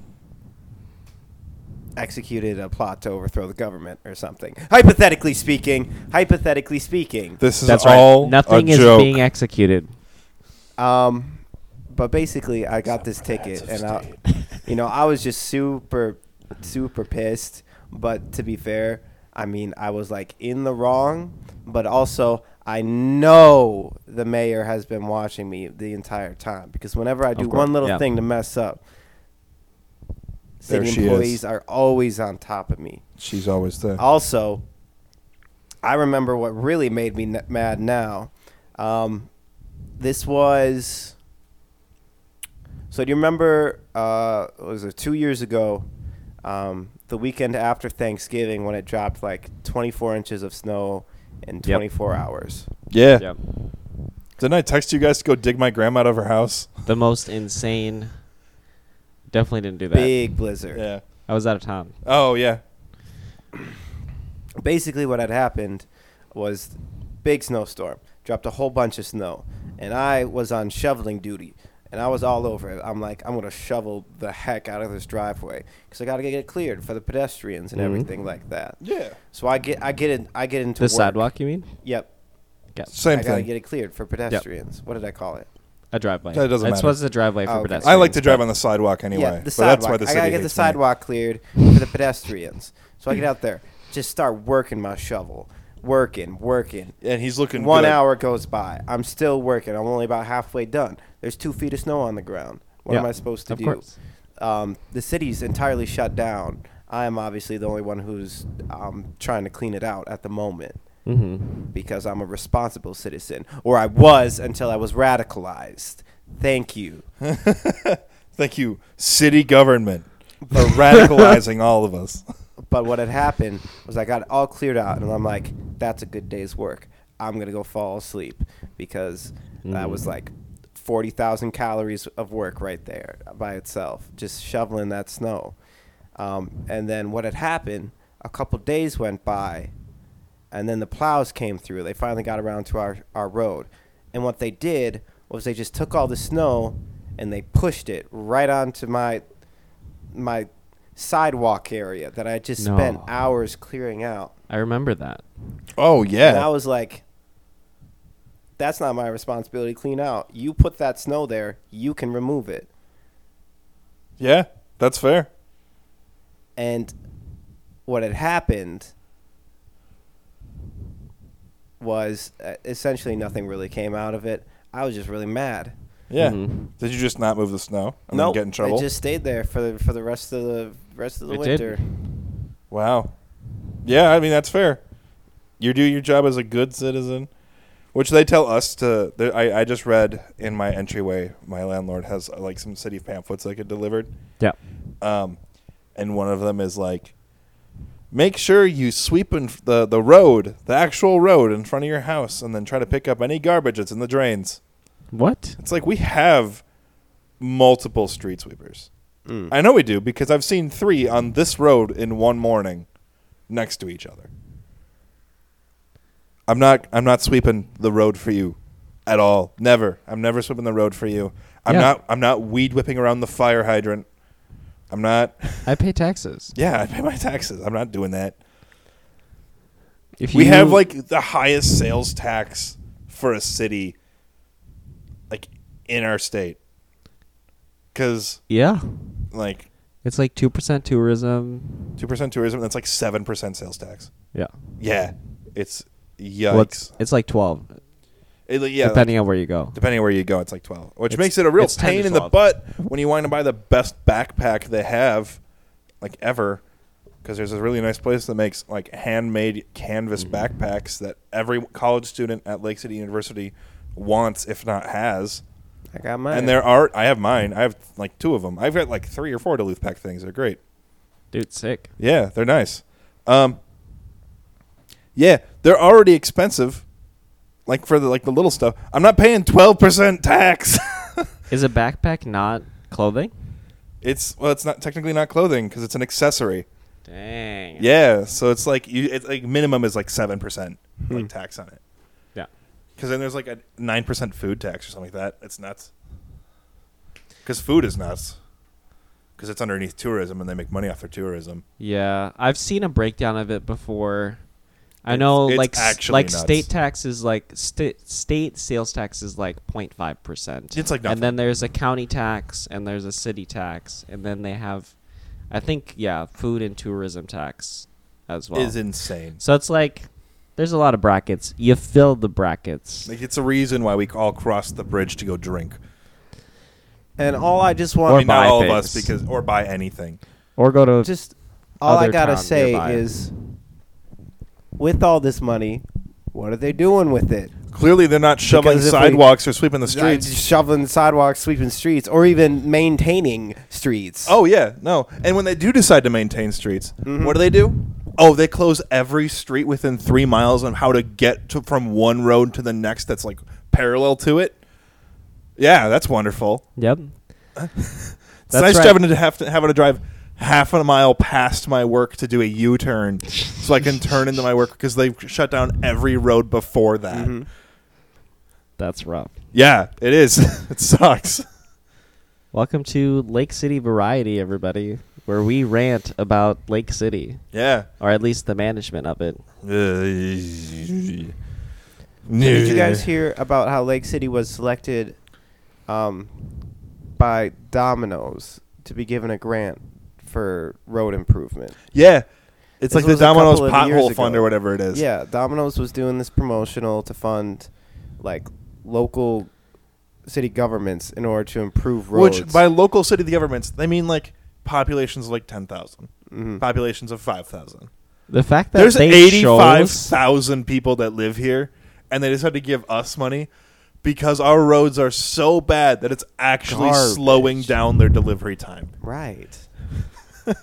S3: executed a plot to overthrow the government or something. Hypothetically speaking, hypothetically speaking.
S1: This is
S2: That's
S1: all
S2: right. Nothing
S1: a
S2: is
S1: joke.
S2: being executed.
S3: Um, but basically, I got this ticket, and I, *laughs* you know, I was just super, super pissed. But to be fair, I mean, I was like in the wrong, but also I know the mayor has been watching me the entire time because whenever I do
S2: course,
S3: one little
S2: yeah.
S3: thing to mess up,
S1: There
S3: city
S1: she is.
S3: employees are always on top of me.
S1: She's always there.
S3: Also, I remember what really made me n- mad now. Um, this was. So, do you remember, uh, what was it two years ago, um, the weekend after Thanksgiving when it dropped like 24 inches of snow in 24 hours?
S1: yeah.
S2: Yep.
S1: Didn't I text you guys to go dig my grandma out of her house?
S2: The most insane. Definitely didn't do that.
S3: Big blizzard.
S1: Yeah.
S2: I was out of town.
S1: Oh yeah.
S3: basically what had happened was big snowstorm dropped a whole bunch of snow and i was on shoveling duty and i was all over it i'm like i'm gonna shovel the heck out of this driveway because i gotta get it cleared for the pedestrians and
S2: Mhm.
S3: everything like that
S1: Yeah.
S3: so i get i get it i get into
S2: The
S3: work.
S2: sidewalk, you mean?
S3: yep
S1: Same
S3: i gotta
S1: thing.
S3: get it cleared for pedestrians what did i call it
S2: A driveway.
S1: That doesn't
S2: It's
S1: matter.
S2: supposed to be a driveway for
S3: Oh, okay.
S2: pedestrians.
S1: I like to drive
S2: but-
S1: on the sidewalk anyway.
S3: Yeah, the
S1: but
S3: sidewalk.
S1: that's why the
S3: I
S1: city
S3: gotta get the
S1: hates me.
S3: sidewalk cleared for the pedestrians. So I get out there, just start working my shovel, working, working.
S1: And he's looking
S3: One
S1: good.
S3: hour goes by. I'm still working. I'm only about halfway done. There's two feet of snow on the ground. What
S2: Yeah,
S3: am I supposed to
S2: of
S3: do?
S2: course.
S3: Um, the city's entirely shut down. I am obviously the only one who's um, trying to clean it out at the moment
S2: Mhm.
S3: because I'm a responsible citizen, or I was until I was radicalized. Thank you.
S1: *laughs* Thank you, city government, for
S3: *laughs*
S1: radicalizing all of us.
S3: But what had happened was I got it all cleared out, and I'm like, that's a good day's work. I'm going to go fall asleep because that was like 40,000 calories of work right there by itself, just shoveling that snow. Um, and then what had happened, a couple days went by, and then the plows came through. They finally got around to our, our road. And what they did was they just took all the snow and they pushed it right onto my my sidewalk area that I just
S2: No.
S3: spent hours clearing out.
S2: I remember that.
S1: Oh
S3: And I
S1: yeah.
S3: was like, that's not my responsibility to clean out. You put that snow there, you can remove it.
S1: Yeah. That's fair.
S3: And what had happened was uh, essentially nothing really came out of it. I was just really mad.
S1: Yeah.
S2: Mhm.
S1: Did you just not move the snow and
S3: No,
S1: then get in trouble?
S3: It Mm-hmm. just stayed there for the, for the rest of the rest of the
S2: It did.
S3: winter.
S1: Wow. Yeah, I mean that's fair. You do your job as a good citizen, which they tell us to. there- I I just read in my entryway. My landlord has uh, like some city pamphlets that get delivered,
S2: Yeah.
S1: um, and one of them is like, make sure you sweep in f- the the road, the actual road in front of your house, and then try to pick up any garbage that's in the drains.
S2: What?
S1: It's like we have multiple street sweepers. I know we do because I've seen three on this road in one morning next to each other. I'm not I'm not sweeping the road for you at all. Never. I'm never sweeping the road for you. I'm
S2: Yeah.
S1: not I'm not weed whipping around the fire hydrant. I'm not *laughs*
S2: I pay taxes.
S1: Yeah, I pay my taxes. I'm not doing that.
S2: If
S1: We
S2: you-
S1: have like the highest sales tax for a city like in our state. Cuz
S2: yeah,
S1: like
S2: it's like two percent tourism.
S1: 2% tourism that's like 7% sales tax.
S2: Yeah.
S1: Yeah, it's yikes.
S2: Well, it's, it's like twelve,
S1: It- yeah,
S2: depending on where you go.
S1: depending on where you go, it's like twelve, which
S2: It's-
S1: makes it a real
S2: it's 10
S1: pain
S2: to
S1: in the
S2: 12.
S1: butt when you want to buy the best backpack they have, like ever, because there's a really nice place that makes like handmade canvas
S2: Mm-hmm.
S1: backpacks that every college student at Lake City University wants, if not has.
S3: I got mine.
S1: And there are, I have mine. I have like two of them. I've got like three or four Duluth pack things. They're great.
S2: Dude, sick.
S1: Yeah, they're nice. Um, yeah, they're already expensive. Like for the like the little stuff, I'm not paying twelve percent tax. *laughs*
S2: Is a backpack not clothing?
S1: it's well, it's not technically not clothing because it's an accessory.
S2: Dang.
S1: Yeah, so it's like you, it's like minimum is like seven percent like tax on it.
S2: Yeah.
S1: Because then there's like a nine percent food tax or something like that. It's nuts. Because food is nuts. Because it's underneath tourism and they make money off their tourism.
S2: Yeah, I've seen a breakdown of it before. I
S1: It's-
S2: know,
S1: it's
S2: like, s-
S1: actually
S2: like
S1: nuts.
S2: state tax is like state state sales tax is like 05 percent.
S1: It's like nothing.
S2: and then there's a county tax, and there's a city tax, and then they have, I think, yeah, food and tourism tax as well.
S1: Is insane.
S2: so it's like there's a lot of brackets. You fill the brackets,
S1: Like it's a reason why we all cross the bridge to go drink.
S3: and all I just
S1: I
S2: Or
S3: want
S1: mean, not
S2: buy
S1: all of
S2: things.
S1: us because or buy anything.
S2: or go to
S3: just all I
S2: other
S3: gotta
S2: town
S3: say
S2: nearby.
S3: is, with all this money, what are they doing with it?
S1: Clearly, they're not shoveling
S3: Because if we-
S1: sidewalks or sweeping the
S3: Uh,
S1: streets.
S3: shoveling sidewalks, sweeping streets, or even maintaining streets.
S1: oh yeah, no. And when they do decide to maintain streets, what do they do? Oh, they close every street within three miles on how to get to, from one road to the next that's like parallel to it. Yeah, that's wonderful.
S2: yep.
S1: It's
S2: That's
S1: nice
S2: right.
S1: driving to have to having to drive half a mile past my work to do a U turn so I can turn into my work because they've shut down every road before that.
S3: Mm-hmm.
S2: That's rough.
S1: Yeah, it is. *laughs* it sucks.
S2: Welcome to Lake City Variety, everybody, where we rant about Lake City,
S1: Yeah.
S2: or at least the management of it.
S1: Uh, Did
S3: Did you guys hear about how Lake City was selected um, by Domino's to be given a grant for road improvement?
S1: Yeah, it's
S3: This
S1: like the
S3: was a
S1: Domino's
S3: couple of years
S1: pothole fund
S3: ago.
S1: or whatever it is.
S3: Yeah, Domino's was doing this promotional to fund like local city governments in order to improve roads.
S1: Which by local city governments they mean like populations of like ten Mm-hmm. populations of five thousand.
S2: The fact that
S1: There's
S2: they
S1: eighty-five
S2: chose-
S1: thousand people that live here, and they decided to give us money because our roads are so bad that it's actually
S3: Garbage.
S1: slowing down their delivery time.
S3: right. *laughs*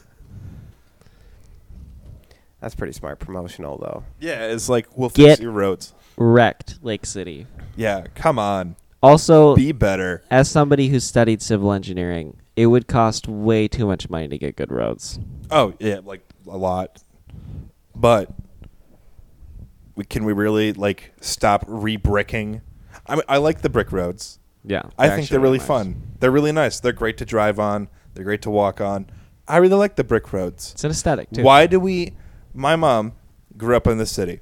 S3: That's pretty smart promotional though.
S1: Yeah, it's like we'll fix
S2: Get-
S1: your roads.
S2: wrecked Lake City.
S1: Yeah, come on,
S2: Also,
S1: be better.
S2: as somebody who studied civil engineering, it would cost way too much money to get good roads.
S1: Oh yeah, like a lot. But we can we really like stop rebricking? I mean, I like the brick roads.
S2: Yeah,
S1: I think they're
S2: actually
S1: really
S2: nice.
S1: fun. They're really nice. They're great to drive on. They're great to walk on. I really like the brick roads.
S2: It's an aesthetic too.
S1: Why do we? My mom grew up in the city.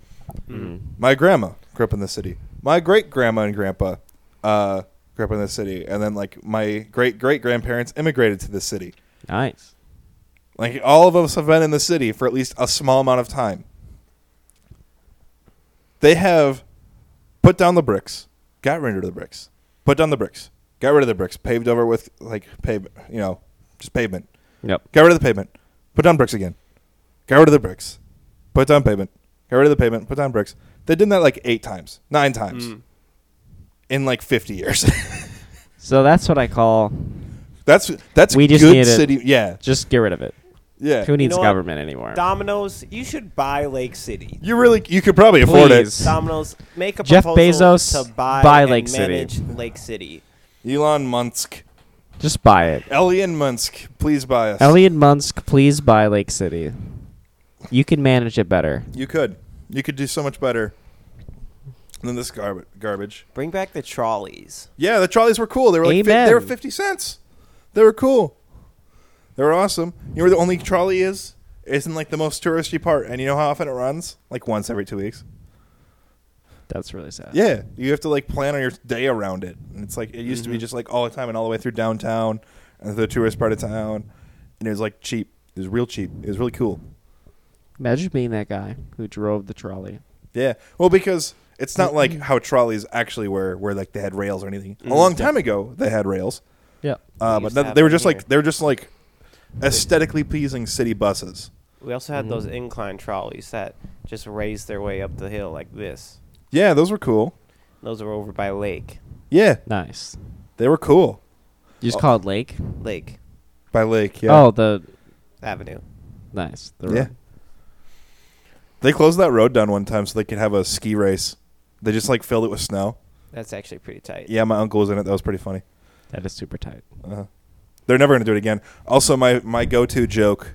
S2: Mhm.
S1: My grandma grew up in the city. My great grandma and grandpa uh, grew up in the city, and then like my great great grandparents immigrated to the city.
S2: Nice.
S1: Like all of us have been in the city for at least a small amount of time. They have put down the bricks, got rid of the bricks, put down the bricks, got rid of the bricks, paved over with like pave, you know, just pavement.
S2: Yep.
S1: Got rid of the pavement. Put down bricks again. Got rid of the bricks. Put down pavement. Got rid of the pavement. Put down bricks. They did that like eight times, nine times
S3: Mm.
S1: in like fifty years. *laughs*
S2: So that's what I call
S1: that's that's
S2: We just
S1: good
S2: need it.
S1: city. Yeah,
S2: just get rid of it.
S1: yeah.
S2: Who needs
S3: know what?
S2: government anymore?
S3: Domino's, you should buy Lake City.
S1: You really you could probably afford
S2: Please.
S1: it.
S3: Domino's, make a
S2: Jeff
S3: proposal
S2: Bezos,
S3: to buy,
S2: buy
S3: and
S2: Lake City.
S3: manage Lake City.
S1: Elon Musk,
S2: Just buy it.
S1: Elian Musk, please buy us.
S2: Elliot Munsk, please buy Lake City. You can manage it better.
S1: you could you could do so much better than this garb- garbage.
S3: Bring back the trolleys.
S1: Yeah, the trolleys were cool. They were like fif-
S2: Amen.
S1: they were fifty cents. They were cool. They were awesome. You know where the only trolley is? It's in like the most touristy part, and you know how often it runs? Like once every two weeks.
S2: That's really sad.
S1: Yeah, you have to like plan on your day around it, and it's like it used to be just like all the time and all the way through downtown and the tourist part of town, and it was like cheap. It was real cheap. It was really cool.
S2: Imagine being that guy who drove the trolley.
S1: Yeah. Well, because it's
S3: Mm-hmm.
S1: not like how trolleys actually were, where like they had rails or anything. A long time ago, they had rails,
S2: Yeah.
S1: uh, but
S3: They used to
S1: not,
S3: have
S1: they were
S3: them
S1: just
S3: here.
S1: like they were just like aesthetically pleasing city buses.
S3: We also had those
S2: Mm-hmm.
S3: incline trolleys that just raised their way up the hill like this.
S1: Yeah, those were cool.
S3: Those were over by Lake.
S1: Yeah,
S2: Nice.
S1: they were cool.
S2: You just call it Lake?
S3: Lake
S1: By Lake, Oh. yeah.
S2: Oh, the
S3: Avenue.
S2: nice. The
S1: yeah.
S2: road.
S1: They closed that road down one time so they could have a ski race. They just like filled it with snow.
S3: That's actually pretty tight.
S1: Yeah, my uncle was in it. That was pretty funny.
S2: That is super tight.
S1: Uh, they're never going to do it again. Also, my, my go to joke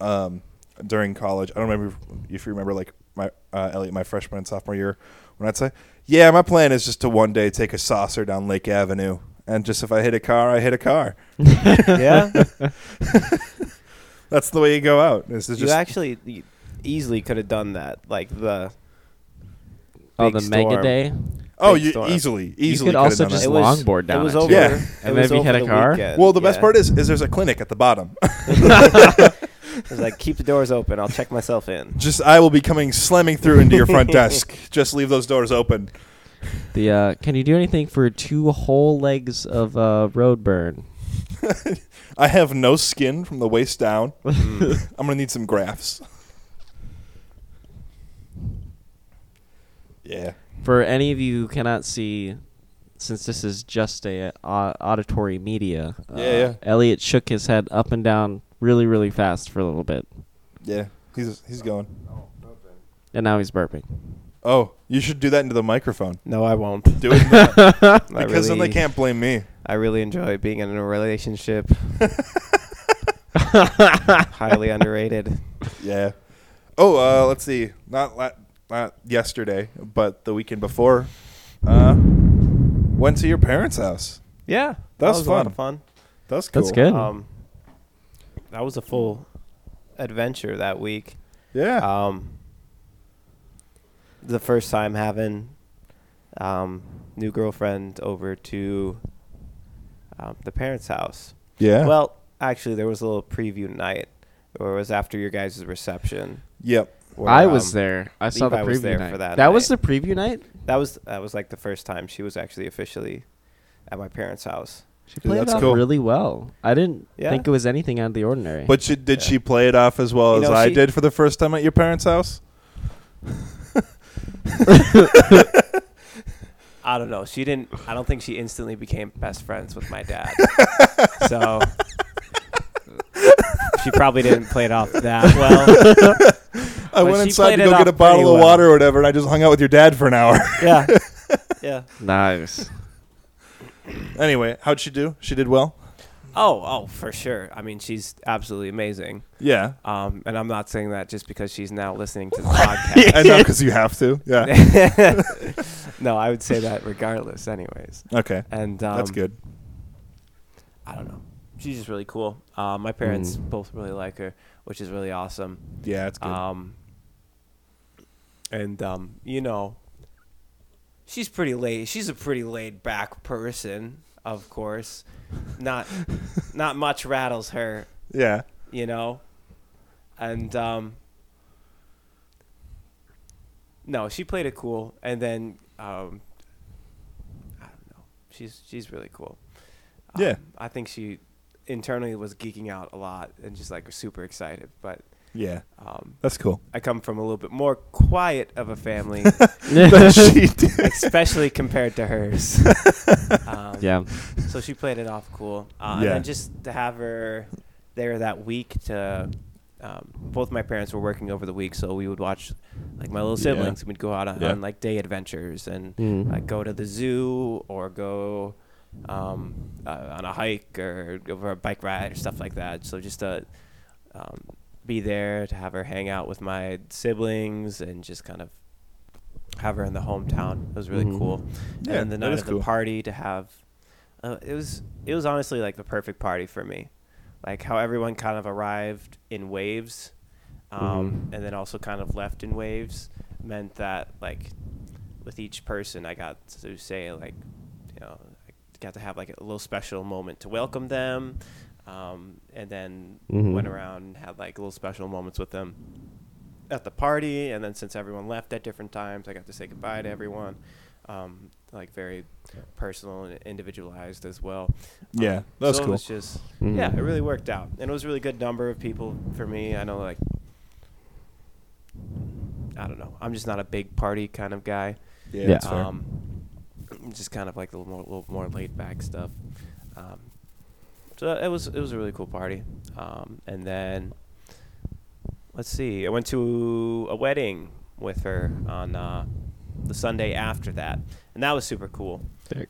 S1: um, during college, I don't remember if- if you remember, like my uh, Elliot, my freshman and sophomore year, when I'd say, "Yeah, my plan is just to one day take a saucer down Lake Avenue, and just if I hit a car, I hit a car."
S3: *laughs* Yeah?
S1: *laughs* That's the way you go out. This is
S3: you
S1: just
S3: actually you easily could have done that. Like the.
S2: Oh,
S3: big
S2: the Mega
S3: storm.
S2: Day.
S1: oh,
S3: big
S1: you
S3: storm.
S1: easily easily
S2: you could
S1: coulda
S2: also
S1: done
S2: just
S1: that.
S3: It was-
S2: longboard down
S3: It was
S2: it,
S3: over.
S2: too.
S1: Yeah.
S3: *laughs* it
S2: And
S3: was
S2: then if you
S3: over
S2: had a
S3: the
S2: car?
S3: weekend,
S1: Well, the
S3: yeah.
S1: best
S3: *laughs*
S1: part is is there's a clinic at the bottom.
S3: It
S1: *laughs*
S3: was like keep the doors open. I'll check myself in.
S1: just I will be coming slamming through into your front *laughs* desk. Just leave those doors open. *laughs*
S2: The uh, can you do anything for two whole legs of uh, road burn?
S1: I have no skin from the waist down. Mm.
S2: *laughs*
S1: I'm gonna need some graphs. Yeah.
S2: For any of you who cannot see, since this is just a uh, auditory media, uh,
S1: Yeah, yeah.
S2: Elliot shook his head up and down really, really fast for a little bit,
S1: Yeah. He's he's going.
S2: and now he's burping.
S1: Oh, you should do that into the microphone.
S3: No, I won't.
S1: Do it in *laughs* the,
S3: *laughs* I
S1: because then they
S3: really-
S1: can't blame me.
S3: I really enjoy being in a *laughs* relationship. Highly underrated.
S1: *laughs* Yeah. Oh, uh, let's see. Not la- not yesterday, but the weekend before. Uh, went to your parents' house.
S3: Yeah,
S1: That was
S3: was, a lot
S1: fun.
S3: of fun.
S1: That's cool.
S2: That's good.
S3: Um, that was a full adventure that week.
S1: Yeah.
S3: Um, the first time having um, new girlfriend over to um, the parents' house.
S1: yeah.
S3: Well, actually, there was a little preview night, or it was after your guys' reception.
S1: Yep.
S3: where,
S2: I was
S3: um,
S2: there. I saw the preview
S3: Levi was there
S2: night.
S3: for that
S2: was the
S3: night.
S2: preview night.
S3: That was that was like the first time she was actually officially at my parents' house.
S2: She
S1: Dude,
S2: played
S1: that's
S2: it off
S1: cool.
S2: really well. I didn't
S3: Yeah.
S2: think it was anything out of the ordinary.
S1: But she, did
S3: Yeah.
S1: she play it off as well
S3: You
S1: as
S3: know,
S1: I
S3: she-
S1: did for the first time at your parents' house?
S3: I don't know. She didn't. I don't think she instantly became best friends with
S2: *laughs*
S3: my dad. so she probably didn't play it
S2: *laughs*
S3: off that well.
S1: I
S3: But
S1: went
S3: she
S1: inside to
S3: played it
S1: go get
S3: off
S1: a bottle
S3: pretty
S1: of water
S3: well.
S1: or whatever, and I just hung out with your dad for an *laughs* hour.
S3: Yeah, yeah.
S2: *laughs* nice.
S1: anyway, how'd she do? She did well.
S3: Oh, oh, for sure. I mean, she's absolutely amazing. *laughs*
S1: Yeah,
S3: Um, and I'm not saying that just because she's now listening to the podcast.
S2: *laughs*
S1: and not because you have to. Yeah.
S3: *laughs* no, I would say that regardless, anyways.
S1: Okay,
S3: And um,
S1: that's good.
S3: I don't know. she's just really cool. Um, my parents
S4: Mm.
S3: both really like her, which is really awesome.
S1: Yeah, it's good.
S3: Um, and um, you know, she's pretty laid. She's a pretty laid back person, of course. Not, not much rattles her,
S1: yeah.
S3: you know. And um, no, she played it cool, and then um, I don't know. She's she's really cool. Um,
S1: Yeah.
S3: I think she internally was geeking out a lot and just like super excited, but.
S1: Yeah.
S3: Um,
S1: That's
S3: *laughs*
S1: cool. *laughs*
S3: I come from a little bit more quiet of a family,
S1: But she did.
S3: especially compared to hers. Um,
S2: yeah.
S3: So she played it off cool.
S1: Yeah.
S3: Uh, And then just to have her there that week to. Um, both my parents were working over the week, so we would watch, like my little
S1: Yeah.
S3: siblings, we'd go out on,
S1: Yeah. Mm-hmm.
S3: on like day adventures and
S4: Mm.
S3: like go to the zoo or go um, uh, on a hike or go for a bike ride or stuff like that. So just to um, be there to have her hang out with my siblings and just kind of have her in the hometown. It was really
S1: Mm-hmm.
S4: Mhm.
S3: cool.
S1: Yeah,
S3: and then the
S1: that
S3: night
S1: is
S3: of
S1: cool.
S3: the party to have uh, it was it was honestly like the perfect party for me. Like how everyone kind of arrived in waves um,
S1: Mm-hmm.
S3: and then also kind of left in waves meant that like with each person I got to say like you know I got to have like a little special moment to welcome them um, and then
S1: Mm-hmm.
S4: Mhm.
S3: went around and had like little special moments with them at the party and then since everyone left at different times I got to say goodbye to everyone um, like very personal and individualized as well Um,
S1: Yeah, that's
S3: so
S1: cool.
S3: It was just
S4: Mhm.
S3: yeah, it really worked out, and it was a really good number of people for me. I know like I don't know. I'm just not a big party kind of guy.
S1: yeah,
S4: Yeah.
S1: that's fair.
S3: Um, just kind of like a little more, little more laid back stuff. Um, so it was it was a really cool party, um, and then let's see. I went to a wedding with her on uh, the Sunday after that, and that was super cool.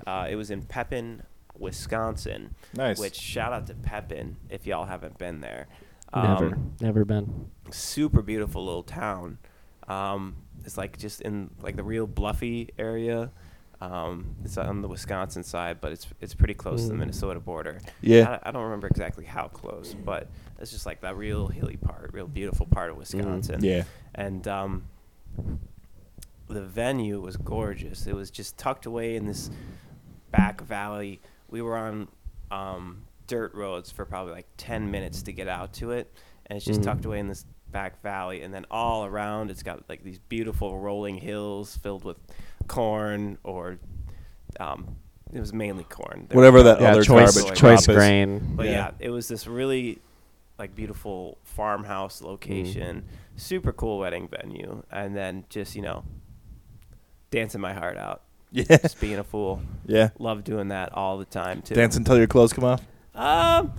S3: Uh, it was in Pepin, Wisconsin.
S1: nice.
S3: Which shout out to Pepin if y'all haven't been there.
S2: Never,
S3: Um,
S2: never been.
S3: Super beautiful little town. Um, it's like just in like the real bluffy area. Um, it's on the Wisconsin side, but it's it's pretty close to the
S4: Mm.
S3: Minnesota border.
S1: Yeah.
S3: I, I don't remember exactly how close, but it's just like that real hilly part, real beautiful part of Wisconsin
S1: Mm, yeah.
S3: and um, the venue was gorgeous. It was just tucked away in this back valley. We were on um, dirt roads for probably like ten minutes to get out to it, and it's just
S4: Mhm.
S1: Mm-hmm.
S3: tucked away in this back valley. And then all around, it's got like these beautiful rolling hills filled with corn or um, it was mainly corn. There
S1: Whatever
S3: was-
S1: that
S2: Yeah,
S1: other
S2: choice,
S1: garbage
S2: choice
S1: crop is.
S2: *laughs* grain.
S3: but
S1: Yeah.
S3: yeah. it was this really like beautiful farmhouse location,
S1: Mm-hmm.
S3: super cool wedding venue, and then just you know dancing my
S1: *laughs*
S3: heart out,
S1: Yeah.
S3: just being a fool.
S1: Yeah.
S3: Love doing that all the time too.
S1: Dance until your clothes come off.
S3: Um,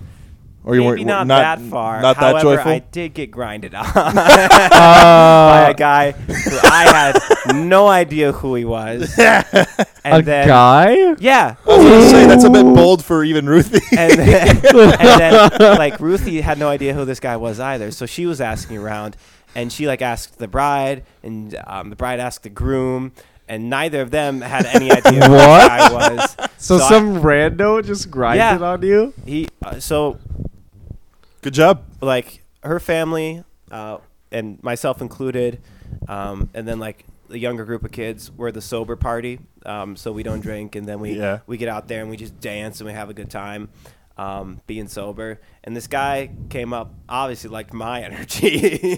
S1: Or you
S3: maybe
S1: weren't
S3: not,
S1: not
S3: that far.
S1: Not
S3: However,
S1: that joyful.
S3: I did get grinded
S1: *laughs*
S3: on *laughs* by a guy who I
S1: *laughs*
S3: had no idea who he was, and
S2: a
S3: then
S2: guy?
S3: yeah,
S1: I was gonna say that's a bit bold for even Ruthie.
S3: *laughs* and then,
S4: *laughs*
S3: and then like Ruthie had no idea who this guy was either, so she was asking around, and she like asked the bride, and um, the bride asked the groom, and neither of them had any idea who the
S4: What?
S3: guy was.
S4: So,
S3: I-
S4: some rando just grinded
S3: Yeah.
S4: on you?
S3: he uh, so
S1: *laughs* Good job.
S3: like her family uh, and myself included, um, and then like the younger group of kids were the sober party, um, so we don't drink, and then we
S1: Yeah.
S3: we get out there and we just dance and we have a good time. Um, being sober, and this guy came up, obviously liked my *laughs* energy.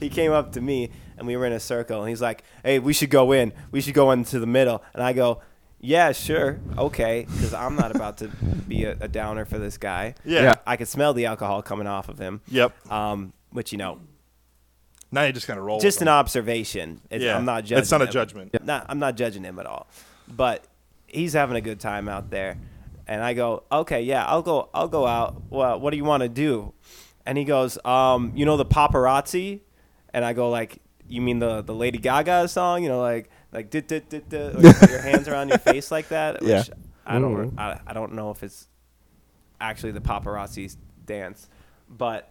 S3: he came up to me, and we were in a circle, and he's like, "Hey, we should go in. We should go into the middle." And I go, "Yeah, sure, okay," because I'm not about to be a, a downer for this guy.
S1: Yeah.
S4: Yeah.
S3: I could smell the alcohol coming off of him.
S1: Yep.
S3: Um, which you know,
S1: Now you're just gonna roll.
S3: just
S1: with
S3: an
S1: them.
S3: observation. It's,
S1: Yeah.
S3: I'm not judging.
S1: It's not a
S3: him.
S1: judgment.
S3: Not, I'm not judging him at all. But he's having a good time out there, and I go, okay, yeah, I'll go, I'll go out. Well, what do you want to do? And he goes, um, you know, the paparazzi. And I go like, you mean the the Lady Gaga song? You know, like like dit dit dit dit, or you put your hands around your face like that. Which
S1: Yeah.
S3: I don't, re-
S4: Mhm.
S3: I, I don't know if it's actually the paparazzi's dance, but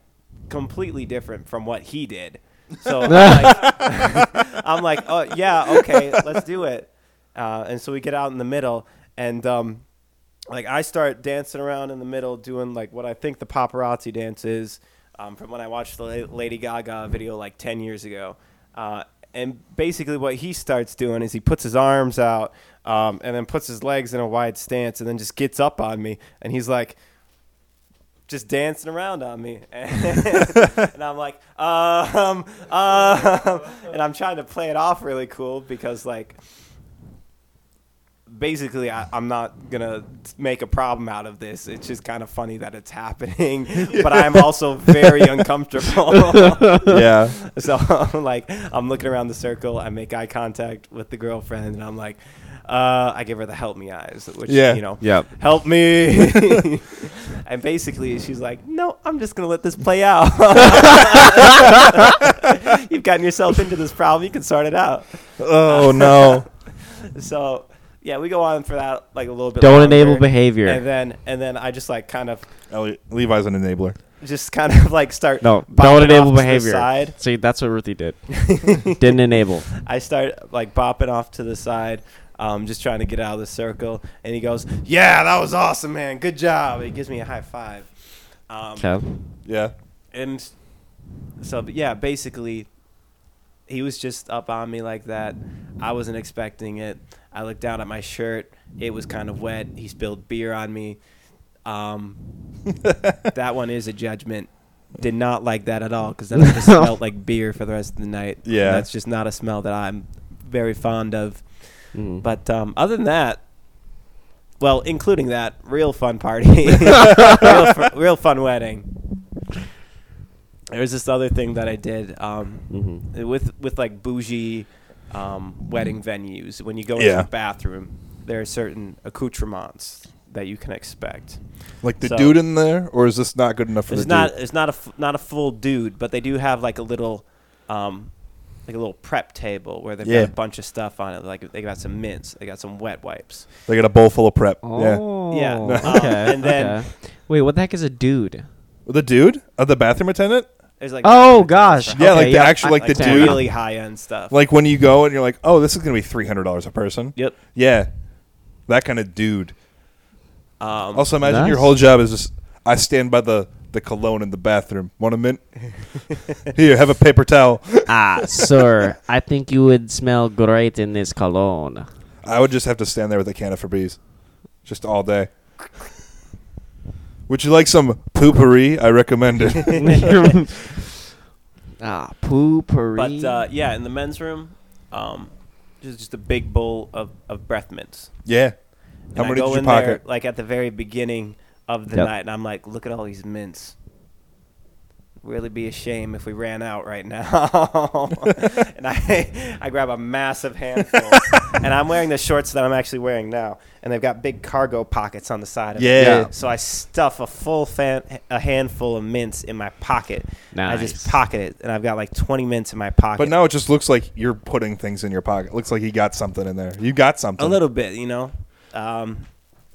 S3: completely different from what he did. So I'm like, *laughs* I'm like, oh yeah, okay, let's do it. Uh, and so we get out in the middle, and um, like I start dancing around in the middle, doing like what I think the paparazzi dance is um, from when I watched the La- Lady Gaga video like ten years ago. Uh, and basically, what he starts doing is he puts his arms out um, and then puts his legs in a wide stance, and then just gets up on me, and he's like. Just dancing around on me, *laughs* and I'm like, um, um, and I'm trying to play it off really cool because like basically I, I'm not gonna make a problem out of this. It's just kind of funny that it's happening, but I'm also very uncomfortable. *laughs*
S1: yeah.
S3: so like I'm looking around the circle, I make eye contact with the girlfriend, and I'm like, uh, I give her the help me eyes, which
S1: Yeah.
S3: you know,
S1: Yeah.
S3: help me. *laughs* and basically, she's like, No, I'm just gonna let this play out. *laughs* You've gotten yourself into this problem. You can sort it out.
S1: Oh no. *laughs*
S3: So yeah, we go on for that like a little bit.
S2: Don't
S3: longer.
S2: enable behavior.
S3: And then and then I just like kind of
S1: Elliot, Levi's an enabler.
S3: just kind of like start.
S2: No,
S3: bopping
S2: don't enable
S3: off to the
S2: behavior. *laughs*
S3: side.
S2: See, that's what Ruthie did. Didn't enable.
S3: I start like bopping off to the side, um, just trying to get out of the circle. And he goes, "Yeah, that was awesome, man. Good job." He gives me a high five. Um,
S2: Okay.
S1: Yeah. *laughs*
S3: and so but yeah, basically, he was just up on me like that. I wasn't expecting it. I looked down at my shirt; it was kind of wet. He spilled beer on me. Um, that one is a judgment. Did not like that at all because that would have smelled like beer for the rest of the night. And
S1: Yeah.
S3: that's just not a smell that I'm very fond of.
S2: Mm.
S3: But um, other than that, well, including that, real fun
S1: *laughs*
S3: party, real, fu- real fun wedding. There was this other thing that I did um,
S2: Mhm.
S3: with with like bougie um, wedding venues. When you go
S1: Yeah.
S3: into the bathroom, there are certain accoutrements that you can expect.
S1: Like the
S3: So-
S1: dude in there, or is this not good enough for
S3: It's
S1: the
S3: not
S1: dude?
S3: it's not a f- not a full dude, but they do have like a little um, like a little prep table where they've
S1: Yeah.
S3: got a bunch of stuff on it. Like they got some mints, they got some wet wipes.
S1: They got a bowl full of prep. Yeah.
S2: Oh.
S3: Yeah. Um,
S2: Okay.
S3: and then-
S2: okay. wait, what the heck is a dude?
S1: The dude? Uh, the bathroom attendant?
S3: There's like
S2: Oh,
S3: different things
S2: gosh.
S3: for
S1: Yeah,
S2: Okay,
S1: like the
S2: yeah,
S1: actual,
S2: I-
S1: like,
S3: like
S1: the
S3: the
S1: dude.
S3: really high end stuff.
S1: Like when you go and you're like, oh, this is gonna be three hundred dollars a person.
S3: yep.
S1: Yeah. That kind of dude.
S3: Um,
S1: Also, imagine your
S2: Nice.
S1: whole job is just I stand by the the cologne in the bathroom. Want a mint? *laughs* Here, have a paper towel. *laughs*
S2: *laughs* ah, sir, I think you would smell great in this *laughs* cologne.
S1: I would just have to stand there with a can of Febreze, just all day. Would you like some poopery? I recommend it.
S3: *laughs*
S1: *laughs*
S2: ah, poopery.
S3: but uh, yeah, in the men's room, um, just just a big bowl of of breath mints.
S1: yeah. How
S3: I
S1: many
S3: go
S1: did you
S3: in there,
S1: pocket?
S3: like at the very beginning of the
S2: Yep.
S3: night, and I'm like, look at all these mints. Really be a shame if we ran out right now. *laughs* and I, I grab a
S1: *laughs*
S3: massive handful, and I'm wearing the shorts that I'm actually wearing now, and they've got big cargo pockets on the side of it.
S1: Yeah. Yeah.
S3: So I stuff a full fan, a handful of mints in my pocket. I just
S2: Nice.
S3: pocket it, and I've got like 20 mints in my pocket.
S1: But now it just looks like you're putting things in your pocket. Looks like you got something in there. You got something.
S3: a little bit, you know. Um,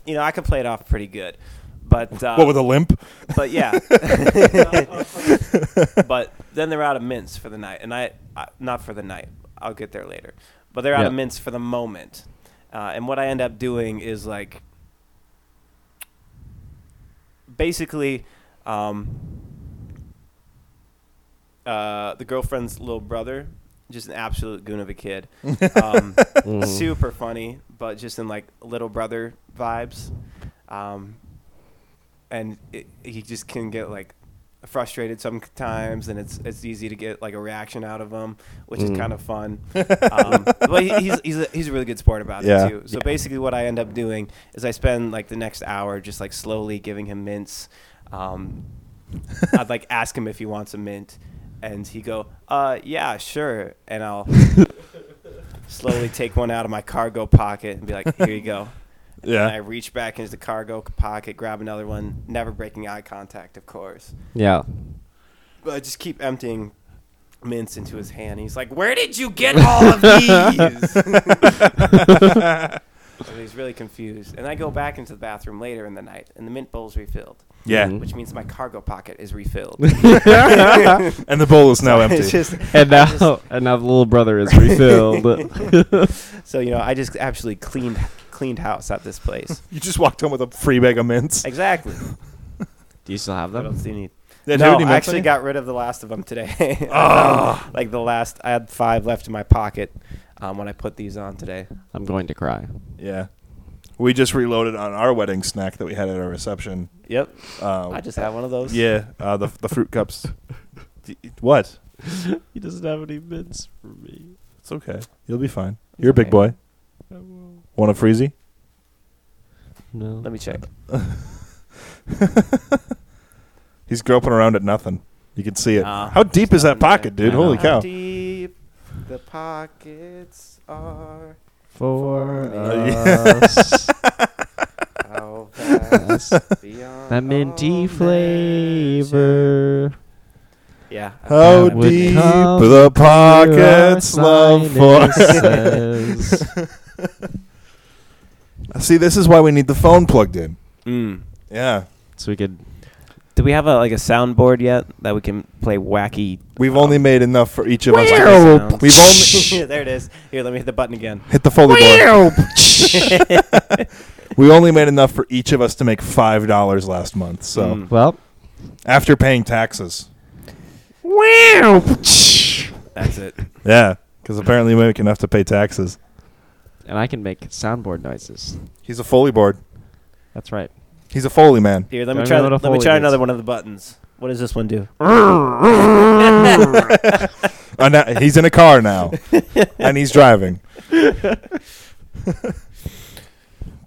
S3: you know, I could play it off pretty good, but uh,
S1: What with a limp?
S3: *laughs*
S1: *laughs*
S3: but yeah. but then they're out of mints for the night, and I, I not for the night. I'll get there later. But they're out of
S2: Yeah.
S3: mints for the moment, uh, and what I end up doing is like basically. Um, uh, the girlfriend's little brother, just an absolute goon of a kid. Um, Super funny, but just in like little brother vibes. Um, and it, he just can get like frustrated sometimes, and it's it's easy to get like a reaction out of him, which is
S2: Mm.
S3: kind
S1: *laughs*
S3: of fun. Um, but he, he's he's a, he's a really good sport about
S1: Yeah.
S3: it too. So basically, what I end up doing is I spend like the next hour just like slowly giving him mints. Um,
S1: *laughs*
S3: I'd like *laughs* ask him if he wants a mint, and he go, "Uh, yeah, sure." And I'll slowly take one out of my cargo pocket and be like, "Here
S1: *laughs*
S3: you go." And
S1: Yeah.
S3: I reach back into the cargo pocket, grab another one, never breaking eye contact, of course.
S2: *laughs* *laughs* yeah.
S3: But I just keep emptying mints into his hand. He's like, "Where did you get all
S1: *laughs*
S3: of these?" And he's really confused. And I go back into the bathroom later in the night, and the mint bowl's refilled.
S1: Yeah.
S2: Mhm.
S3: Which means my cargo pocket is
S1: *laughs*
S3: refilled.
S1: And the bowl
S3: *laughs*
S1: is now empty.
S3: It's just-
S2: And
S3: I
S2: now, *laughs* and now the little brother is refilled.
S3: just- so you know, I just actually cleaned cleaned house at this
S1: *laughs*
S3: place.
S1: You just walked home with a free bag of mints.
S3: exactly.
S2: Do you still have
S3: What
S2: them?
S3: else do you need?
S1: Did you
S3: no,
S1: have any
S3: I
S1: mints on
S3: actually
S1: you?
S3: got rid of the last of them today. *laughs*
S1: Ah.
S3: like the last, I had five left in my pocket um, when I put these on today.
S2: I'm going to cry.
S1: Yeah. We just reloaded on our wedding snack that we had at our reception.
S3: Yep,
S1: Um,
S3: Oh, I just had one of those.
S1: yeah, uh, the the fruit cups. D- what?
S2: He doesn't have any mints for me.
S1: It's okay. You'll be fine. You're a big
S3: okay.
S1: boy. Want a freezy?
S2: No.
S3: Let me check.
S1: He's groping around at nothing. You can see it.
S3: Ah.
S1: How deep is that pocket, dude?
S2: I know.
S1: Holy
S2: How
S1: cow!
S5: Deep, the pockets are
S2: *laughs* For
S1: Uh, yeah.
S2: us.
S1: *laughs*
S5: how vast beyond
S2: that minty
S3: Oh,
S5: all
S2: flavor.
S3: Yeah.
S1: How
S2: That would
S1: deep
S2: come
S1: the pockets
S2: Your
S1: love for.
S2: sinuses.
S1: see, this is why we need the phone plugged in.
S3: Mm.
S1: Yeah,
S2: *laughs* so we could.
S3: Do we have a, like a soundboard yet that we can play wacky?
S1: we've only made enough for each of us.
S3: wacky sounds? *laughs*
S1: We've only
S3: there it is. Here, let me hit the button again.
S1: hit the folder board.
S3: *laughs*
S1: *laughs* we only made enough for each of us to make five dollars last month. So
S3: Mm.
S2: Well,
S1: after paying taxes,
S3: That's it.
S1: yeah, because apparently we make enough to pay taxes.
S2: and I can make soundboard noises.
S1: He's a foley board. *laughs*
S2: That's right.
S1: He's a foley man.
S3: Here, let
S2: Don't
S3: me try.
S2: know what a
S3: Let me
S2: Foley
S3: try
S2: is.
S3: another one of the buttons. What does this one
S1: *laughs*
S3: do?
S1: Uh, now- he's in a car now, and he's *laughs* driving.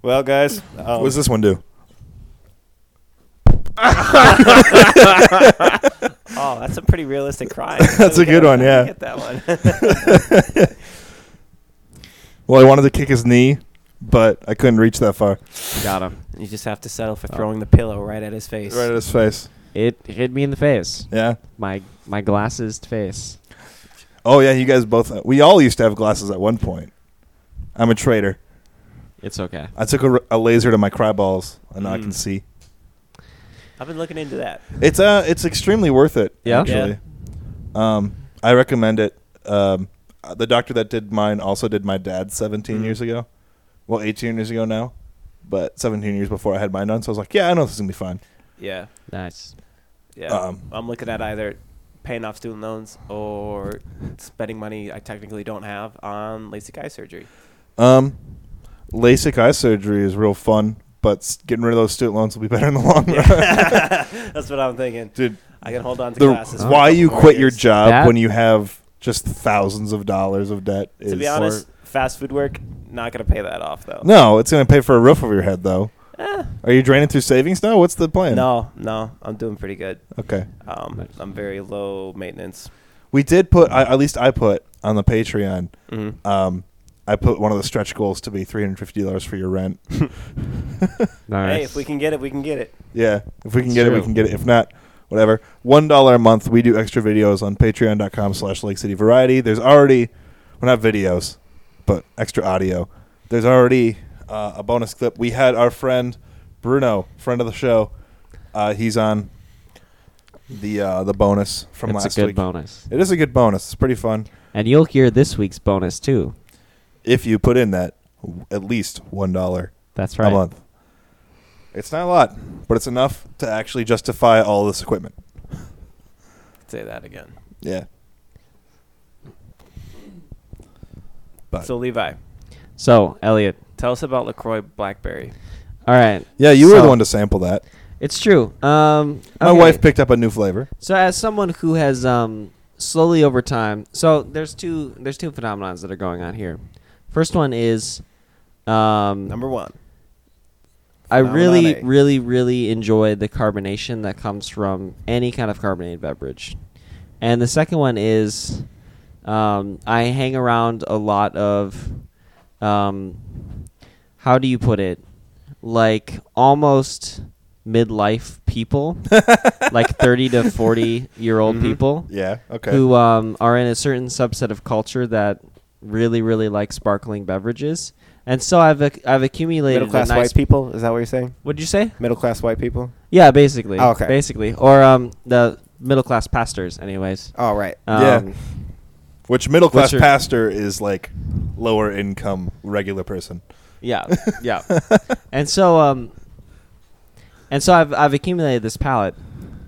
S3: Well, guys, um,
S1: What does this one *laughs* do?
S3: oh, that's a pretty realistic cry.
S1: *laughs* That's a good one, yeah.
S3: Get that one.
S1: *laughs* Well, I wanted to kick his knee, but I couldn't reach that far.
S2: Got him.
S3: you just have to settle for
S2: Oh.
S3: throwing the pillow right at his face.
S1: Right at his face.
S2: It hit me in the face.
S1: Yeah.
S2: My my glasses face.
S1: Oh yeah, you guys both. We all used to have glasses at one point. I'm a traitor.
S2: It's okay.
S1: I took a, r- a laser to my cry balls, and now I
S3: Mm.
S1: can see.
S3: I've been looking into that.
S1: It's uh, it's extremely worth it.
S2: Yeah?
S1: actually, um, I recommend it. Um, uh, the doctor that did mine also did my dad's 17
S3: Mm.
S1: years ago. Well, 18 years ago now, but 17 years before I had mine done. So I was like, yeah, I know this is gonna be fine.
S3: Yeah,
S2: Nice.
S3: yeah.
S1: Um,
S3: I'm looking at either paying off student loans or spending money I technically don't have on LASIK
S1: *laughs*
S3: eye surgery. *laughs*
S1: Um, LASIK eye surgery is real fun, but s- getting rid of those student loans will be better in the long run. *laughs*
S3: That's what I'm thinking.
S1: Dude,
S3: I can hold on to
S1: the,
S3: classes. for a
S1: why
S3: couple
S1: you
S3: more
S1: quit your
S3: years.
S1: job
S2: That-
S1: when you have just thousands of dollars of debt? Is
S3: To be honest, uh, fast food work not gonna pay that off though.
S1: no, it's going to pay for a roof over your head, though.
S3: Eh,
S1: Are you draining through savings now? What's the plan?
S3: no, no, I'm doing pretty good.
S1: Okay.
S3: Um,
S2: Nice.
S3: I'm very low maintenance.
S1: We did put, I, at least I put on the Patreon,
S3: Mhm.
S1: um, I put one of the stretch goals to be $350 for your rent.
S2: Nice.
S3: Hey, if we can get it, we can get it.
S1: Yeah, if we can
S2: It's
S1: get it, we
S2: true.
S1: can get it. If not, whatever. One dollar a month. We do extra videos on Patreon.com/slash Lake City Variety. There's already, well, not videos, but extra audio. There's already uh, a bonus clip. We had our friend Bruno, friend of the show. Uh, he's on the uh, the bonus from
S2: it's
S1: last
S2: a good
S1: week.
S2: bonus.
S1: It is a good bonus. It's pretty fun
S2: And you'll hear this week's bonus too.
S1: if you put in that w- at least one dollar
S2: That's right.
S1: a month. It's not a lot, but it's enough to actually justify all this equipment.
S3: Say that again.
S1: Yeah. But
S3: So Levi,
S2: So, Elliot.
S3: tell us about Lacroix Blackberry.
S2: All right.
S1: yeah, you were
S2: So-
S1: the one to sample that.
S2: It's true. Um,
S1: My
S2: okay.
S1: wife picked up a new flavor.
S2: So as someone who has um, slowly over time, so there's two there's two phenomenons that are going on here. First one is um,
S3: Number one.
S2: I really
S3: phenomenon A.
S2: really really enjoy the carbonation that comes from any kind of carbonated beverage, and the second one is um, I hang around a lot of um, how do you put it like almost midlife
S3: *laughs*
S2: people like 30 to 40 year
S3: Mm-hmm.
S2: old people
S1: Yeah. Okay.
S2: who um, are in a certain subset of culture that really really like sparkling beverages and so i've ac- i've accumulated
S5: Middle class
S2: a nice
S5: white people? Is that what you're saying?
S2: what'd you say
S5: Middle class white people?
S2: yeah basically
S5: Oh, okay.
S2: basically or um the middle class pastors anyways
S5: All right.
S2: um,
S1: Yeah. Which middle class
S2: What's your- *laughs*
S1: pastor is like lower income regular person.
S2: Yeah,
S5: *laughs*
S2: yeah. and so, um, and so I've I've accumulated this palette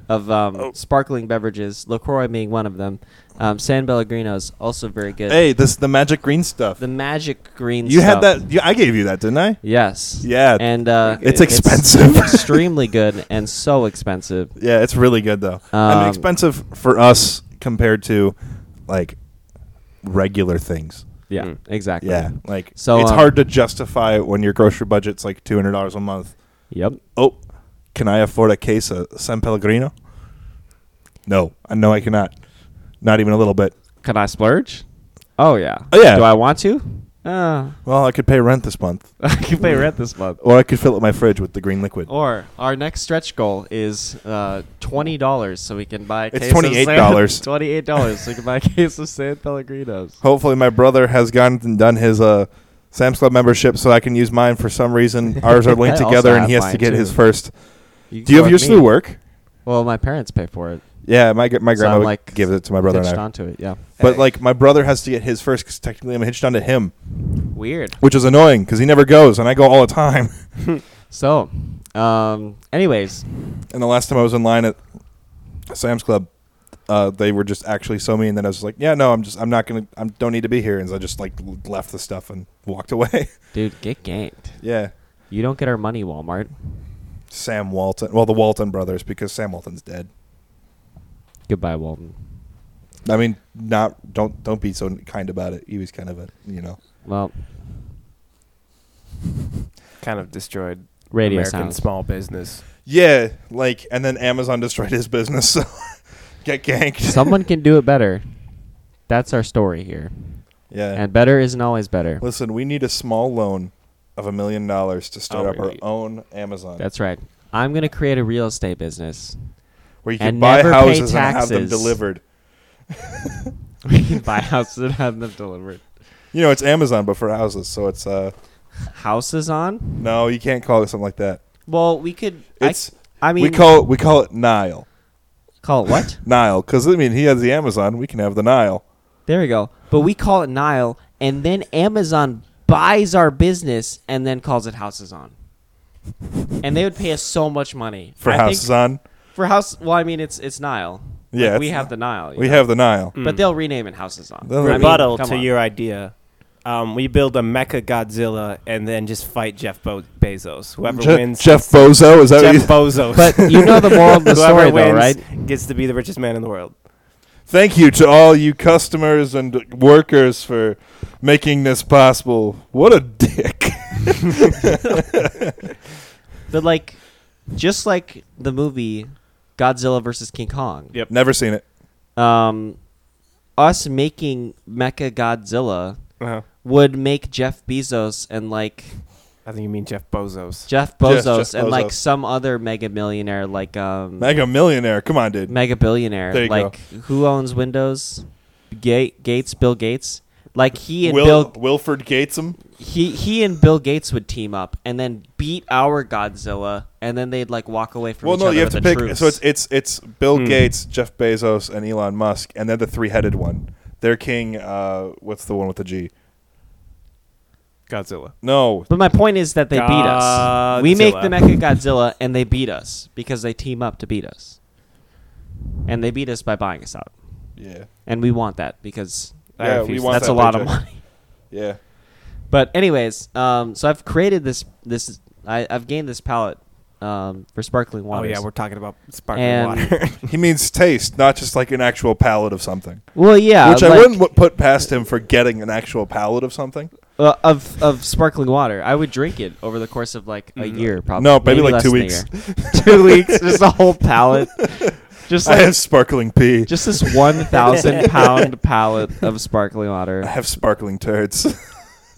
S2: of um,
S1: Oh.
S2: sparkling beverages, Lacroix being one of them. Um, San Pellegrino is also very good.
S1: Hey, this the magic green stuff.
S2: The magic green.
S1: you
S2: stuff.
S1: had that. You, I gave you that, didn't I?
S2: Yes.
S1: Yeah.
S2: And uh,
S1: It's expensive.
S2: *laughs* extremely good and
S1: *laughs*
S2: so expensive.
S1: Yeah, it's really good though. I mean,
S2: Um,
S1: expensive for us compared to like regular things.
S2: Yeah,
S3: Mm.
S2: exactly.
S1: Yeah, like
S2: So,
S1: it's
S2: um,
S1: hard to justify when your grocery budget's like two hundred dollars a month.
S2: Yep.
S1: Oh, can I afford a case of San Pellegrino? No, I no, I cannot. Not even a little bit.
S2: Can I splurge? Oh yeah.
S1: Oh, yeah.
S2: Do I want to? Uh, *laughs*
S1: Well, I could pay rent this month,
S2: I can pay rent this
S1: *laughs*
S2: month.
S1: or I could fill up my fridge with the green liquid.
S2: Or our next stretch goal is uh, twenty dollars, so we can buy. A
S1: It's
S2: case of *laughs* San-
S1: $28.
S2: Twenty-eight dollars, so we can buy a case of
S1: *laughs*
S2: San Pellegrinos.
S1: Hopefully, my brother has gone and done his uh, Sam's Club membership, so I can use mine. For some
S2: *laughs*
S1: reason, ours are linked
S2: I also
S1: together, and
S2: have
S1: he has to
S2: mine,
S1: get
S2: too.
S1: his first. Do
S2: can
S1: you
S2: go
S1: have
S2: with
S1: yours
S2: me.
S1: through work?
S2: Well, my parents pay for it.
S1: Yeah, my gr- my
S2: So
S1: grandma
S2: I'm, like,
S1: gives it to my brother and
S2: hitched
S1: I.
S2: onto it, yeah.
S1: But like, my brother has to get his first because technically I'm hitched onto him,
S2: Weird.
S1: which is annoying because he never goes, and I go all the
S2: *laughs*
S1: time.
S2: So, um, anyways,
S1: And the last time I was in line at Sam's Club, uh, they were just actually so mean that I was like, "Yeah, no, I'm just, I'm not gonna, I don't need to be here." And so I just like l- left the stuff and walked away. *laughs*
S2: dude, get ganked.
S1: yeah,
S2: You don't get our money, Walmart.
S1: Sam Walton, well, the Walton brothers, because Sam Walton's dead.
S2: Goodbye, Walton.
S1: I mean, not don't don't be so kind about it. He was kind of a, you know,
S2: Well,
S3: kind of destroyed
S2: radio
S3: American
S2: sounds.
S3: small business.
S1: yeah, like, and then Amazon destroyed his business, *laughs* so get ganked.
S2: *laughs* Someone can do it better. That's our story here.
S1: yeah,
S2: And better isn't always better.
S1: listen, we need a small loan of a million dollars to start
S2: Oh,
S1: up
S2: really?
S1: our own Amazon.
S2: That's right. I'm gonna create a real estate business.
S1: where you
S2: and
S1: can buy
S2: never pay
S1: houses and have them
S2: taxes.
S1: delivered.
S2: *laughs* We can *laughs* buy houses and have them delivered.
S1: You know, it's Amazon, but for houses. So it's uh,
S2: Houses on?
S1: no, you can't call it something like that.
S2: Well, we could.
S1: It's
S2: I, I mean,
S1: we call it we call it Nile,
S2: call it what?
S1: Nile, because I mean he has the Amazon, we can have the Nile.
S2: *laughs* There we go. But we call it Nile, and then Amazon buys our business and then calls it Houses On. And they would pay us so much money
S1: For
S2: I think
S1: houses on,
S2: For house, well, I mean, it's it's Nile. Like,
S1: Yeah,
S2: we
S1: it's-
S2: have the Nile. you
S1: we
S2: know?
S1: have the Nile.
S3: Mm.
S2: but they'll rename it Houses On.
S1: They'll-
S2: I mean,
S3: Hmm. Rebuttal
S2: come
S3: to
S2: on.
S3: your idea. Um, we build a mecha Godzilla and then just fight Jeff Bo- Bezos. Whoever
S1: Je-
S3: wins,
S1: Jeff Bozo is that? what
S3: Jeff
S1: you-
S3: Bezos.
S2: But you know the moral of the
S3: *laughs* Whoever
S2: story, though,
S3: wins
S2: right?
S3: Gets to be the richest man in the world.
S1: Thank you to all you customers and workers for making this possible. What a dick!
S2: But like, just like the movie Godzilla versus King Kong.
S3: Yep.
S1: Never seen it.
S2: Um, us making Mecha Godzilla
S3: Uh-huh.
S2: would make Jeff Bezos and like
S3: I think you mean Jeff Bezos.
S1: Jeff-
S2: Jeff Bezos
S1: Jeff
S2: and
S1: Bezos.
S2: like some other mega millionaire, like um, mega,
S1: Mega Millionaire. Come on, dude.
S2: billionaire,
S1: There you go.
S2: like who owns Windows, Ga- Gates, Bill Gates. Like he and
S1: Will,
S2: Bill,
S1: Wilford Gatesum.
S2: he he and Bill Gates would team up and then beat our Godzilla, and then they'd like walk away from
S1: Well,
S2: each
S1: no,
S2: other
S1: you have
S2: with
S1: to
S2: the
S1: pick.
S2: truce.
S1: So it's it's it's Bill
S3: Hmm.
S1: Gates, Jeff Bezos, and Elon Musk, and they're the three-headed one. They're king. Uh, what's the one with the G?
S3: Godzilla.
S1: No,
S2: but my point is that they beat us. We make the
S3: Godzilla.
S2: Mecha Godzilla, and they beat us because they team up to beat us, and they beat us by buying us out,
S1: yeah,
S2: and we want that because
S3: I
S1: yeah.
S3: refuse
S1: We
S3: to-
S1: want
S2: that's
S1: that
S2: a lot of
S1: paycheck.
S2: money.
S1: Yeah,
S2: But anyways, um, so I've created this this I, I've gained this palette um, for sparkling
S3: Oh
S2: waters.
S3: yeah, we're talking about sparkling
S2: And-
S3: water. *laughs*
S1: he means taste, not just like an actual palate of something.
S2: well, yeah,
S1: which I
S2: like,
S1: wouldn't w- put past him for getting an actual palate of something.
S2: uh, of of sparkling water. I would drink it over the course of like a year, probably.
S1: Mm-hmm. No, maybe like
S2: less
S1: two
S2: than a
S1: weeks. *laughs*
S2: year. two weeks, just a whole palette, just
S1: I
S2: like
S1: have sparkling pee.
S2: *laughs* just this one
S1: *laughs*
S2: thousand pound palette of sparkling
S1: I
S2: water,
S1: have sparkling turds. *laughs*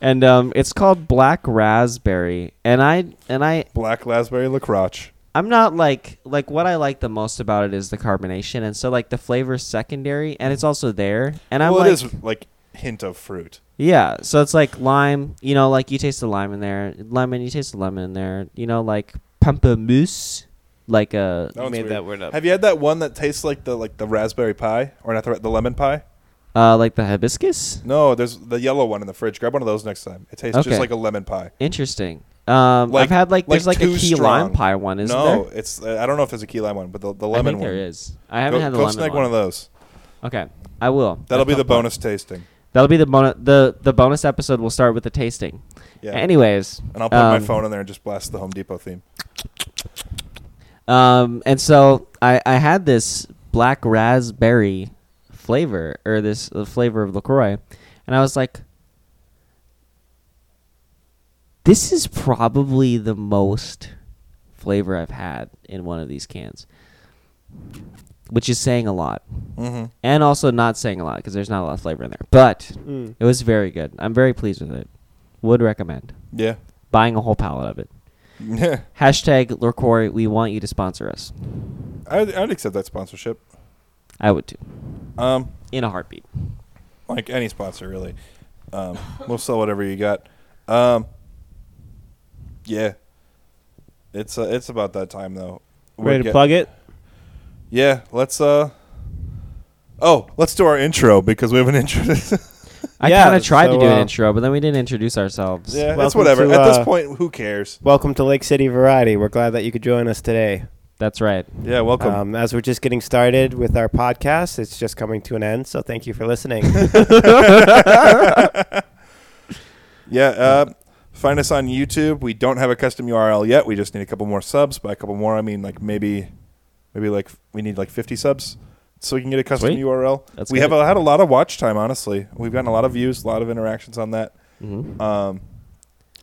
S2: and um, it's called Black Raspberry, and I and I
S1: Black raspberry lacroche.
S2: I'm not like like what I like the most about it is the carbonation, and so like the flavor's secondary, and it's also there, and I'm
S1: well,
S2: like,
S1: it is like hint of fruit.
S2: yeah, so it's like lime, you know, like you taste the lime in there, lemon, you taste the lemon in there, you know, like pamplemousse, like a
S1: That
S3: you
S1: one's
S3: made
S1: weird.
S3: that word up.
S1: Have you had that one that tastes like the like the raspberry pie or not the, ra- the lemon pie?
S2: Uh, like the hibiscus.
S1: No, there's the yellow one in the fridge. Grab one of those next time. It tastes
S2: Okay.
S1: just like a lemon pie.
S2: Interesting. Um,
S1: Like-
S2: I've had like there's
S1: like
S2: like a
S1: too
S2: key lime
S1: strong.
S2: pie one, isn't
S1: no,
S2: there?
S1: it's uh, I don't know if there's a key lime one, but the, the
S2: I
S1: lemon
S2: think
S1: one.
S2: there is. I haven't
S1: go,
S2: had the
S1: go
S2: lemon
S1: snag
S2: one.
S1: one of those.
S2: Okay, I will.
S1: That'll
S2: That's
S1: be
S2: not
S1: the
S2: bad.
S1: bonus tasting.
S2: That'll be the bonus. The the bonus episode will start with the tasting.
S1: Yeah.
S2: Anyways,
S1: and I'll put my
S2: um,
S1: phone in there and just blast the Home Depot theme.
S2: Um, and so I I had this black raspberry flavor or this uh, flavor of Lacroix, and I was like, this is probably the most flavor I've had in one of these cans, which is saying a lot.
S1: Mm-hmm.
S2: and also not saying a lot because there's not a lot of flavor in there. But
S3: Mm.
S2: it was very good. I'm very pleased with it. Would recommend
S1: Yeah. *laughs*
S2: buying a whole pallet of it.
S1: Yeah.
S2: Hashtag LaCroix, we want you to sponsor us.
S1: I'd, I'd accept that sponsorship.
S2: I would too,
S1: Um,
S2: in a heartbeat.
S1: like any sponsor really. Um, we'll sell whatever you got. Um, yeah. It's uh, it's about that time though. We're
S3: Ready to
S1: get-
S3: plug it?
S1: Yeah, let's uh Oh, let's do our intro because we have an intro. *laughs*
S2: I
S3: Yeah,
S2: kind of tried to
S3: so,
S2: do an
S3: uh,
S2: intro, but then we didn't introduce ourselves.
S1: yeah, it's
S5: Welcome
S1: whatever.
S5: to,
S1: At this
S5: uh,
S1: point, who cares?
S5: Welcome to Lake City Variety. We're glad that you could join us today.
S2: That's right.
S1: Yeah, welcome.
S5: Um, as we're just getting started with our podcast, it's just coming to an end. So thank you for
S2: *laughs*
S5: listening.
S1: yeah, uh, find us on YouTube. We don't have a custom URL yet. We just need a couple more subs. By a couple more, I mean like maybe, maybe like we need like fifty subs so we can get a custom
S2: Sweet.
S1: URL.
S2: That's
S1: we
S2: good.
S1: have uh, had a lot of watch time. Honestly, we've gotten a lot of views, a lot of interactions on that.
S2: hmm
S1: Um,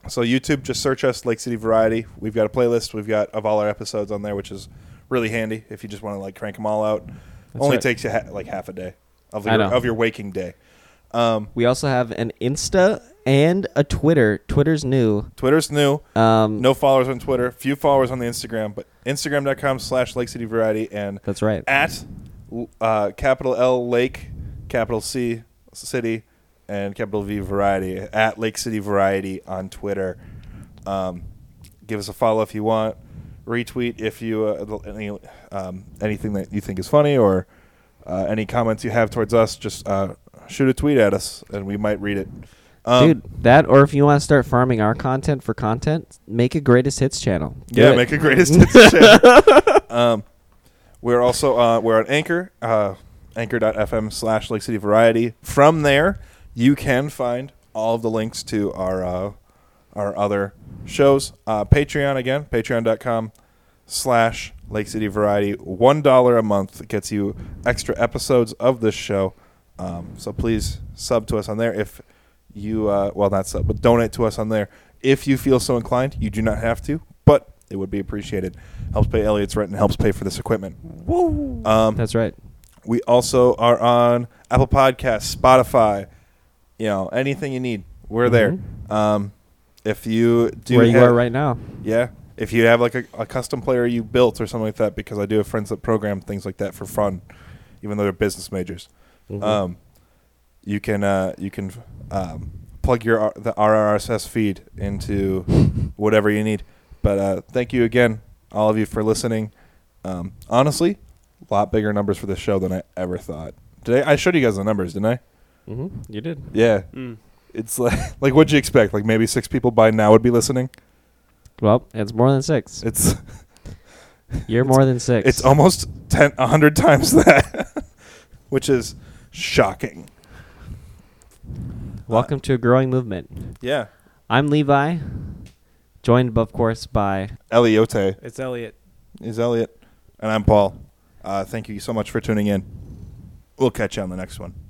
S1: so YouTube, just search us Lake City Variety. We've got a playlist. We've got of all our episodes on there, which is really handy if you just want to like crank them all out. Only
S2: right.
S1: takes you ha- like half a day of
S2: I
S1: your,
S2: know.
S1: of your waking day. Um,
S2: We also have an Insta and a Twitter. Twitter's new.
S1: Twitter's new.
S2: Um,
S1: No followers on Twitter. Few followers on the Instagram, but Instagram.com slash Lake City Variety and
S2: That's right.
S1: at uh, capital L Lake, capital C City, and capital V Variety at Lake City Variety on Twitter. Um, give us a follow if you want. Retweet if you uh, any, um, anything that you think is funny or uh, any comments you have towards us. Just uh, shoot a tweet at us and we might read it. Um,
S2: Dude, that or if you want to start farming our content for content, make a greatest hits channel. Do
S1: yeah,
S2: it.
S1: make a
S2: *laughs*
S1: greatest hits channel. Um, we're also uh, we're on Anchor, uh, anchor.fm slash Lake City Variety. From there, you can find all of the links to our uh, our other shows. Uh, Patreon again, patreon.com slash Lake City Variety. One dollar a month gets you extra episodes of this show. Um, so please sub to us on there if you uh, well not sub but donate to us on there if you feel so inclined. You do not have to, but it would be appreciated. Helps pay Elliot's rent and helps pay for this equipment. Woo! Um,
S2: That's right.
S1: we also are on Apple Podcasts, Spotify, you know anything you need. We're there. Um, if you do
S2: Mm-hmm. Where you
S1: have-
S2: are right now.
S1: yeah. If you have like a, a custom player you built or something like that, because I do have friends that program things like that for fun, even though they're business majors. Um, you can uh, you can um, plug your R- the RRSS feed into whatever you need. But uh, thank you again, all of you, for listening. Um, honestly, a lot bigger numbers for this show than I ever thought. Today I showed you guys the numbers, didn't I?
S2: hmm You did.
S1: Yeah.
S3: Mm.
S1: It's *laughs* like like what'd you expect? Like maybe six people by now would be listening.
S2: Well, it's more than six.
S1: It's
S2: You're more than six.
S1: It's almost 10, 100 times that, *laughs* which is shocking. Uh,
S2: Welcome to a growing movement.
S1: Yeah.
S2: I'm Levi, joined, of course, by.
S1: Eliote
S3: It's Elliot.
S1: is Elliot. And I'm Paul. Uh, thank you so much for tuning in. We'll catch you on the next one.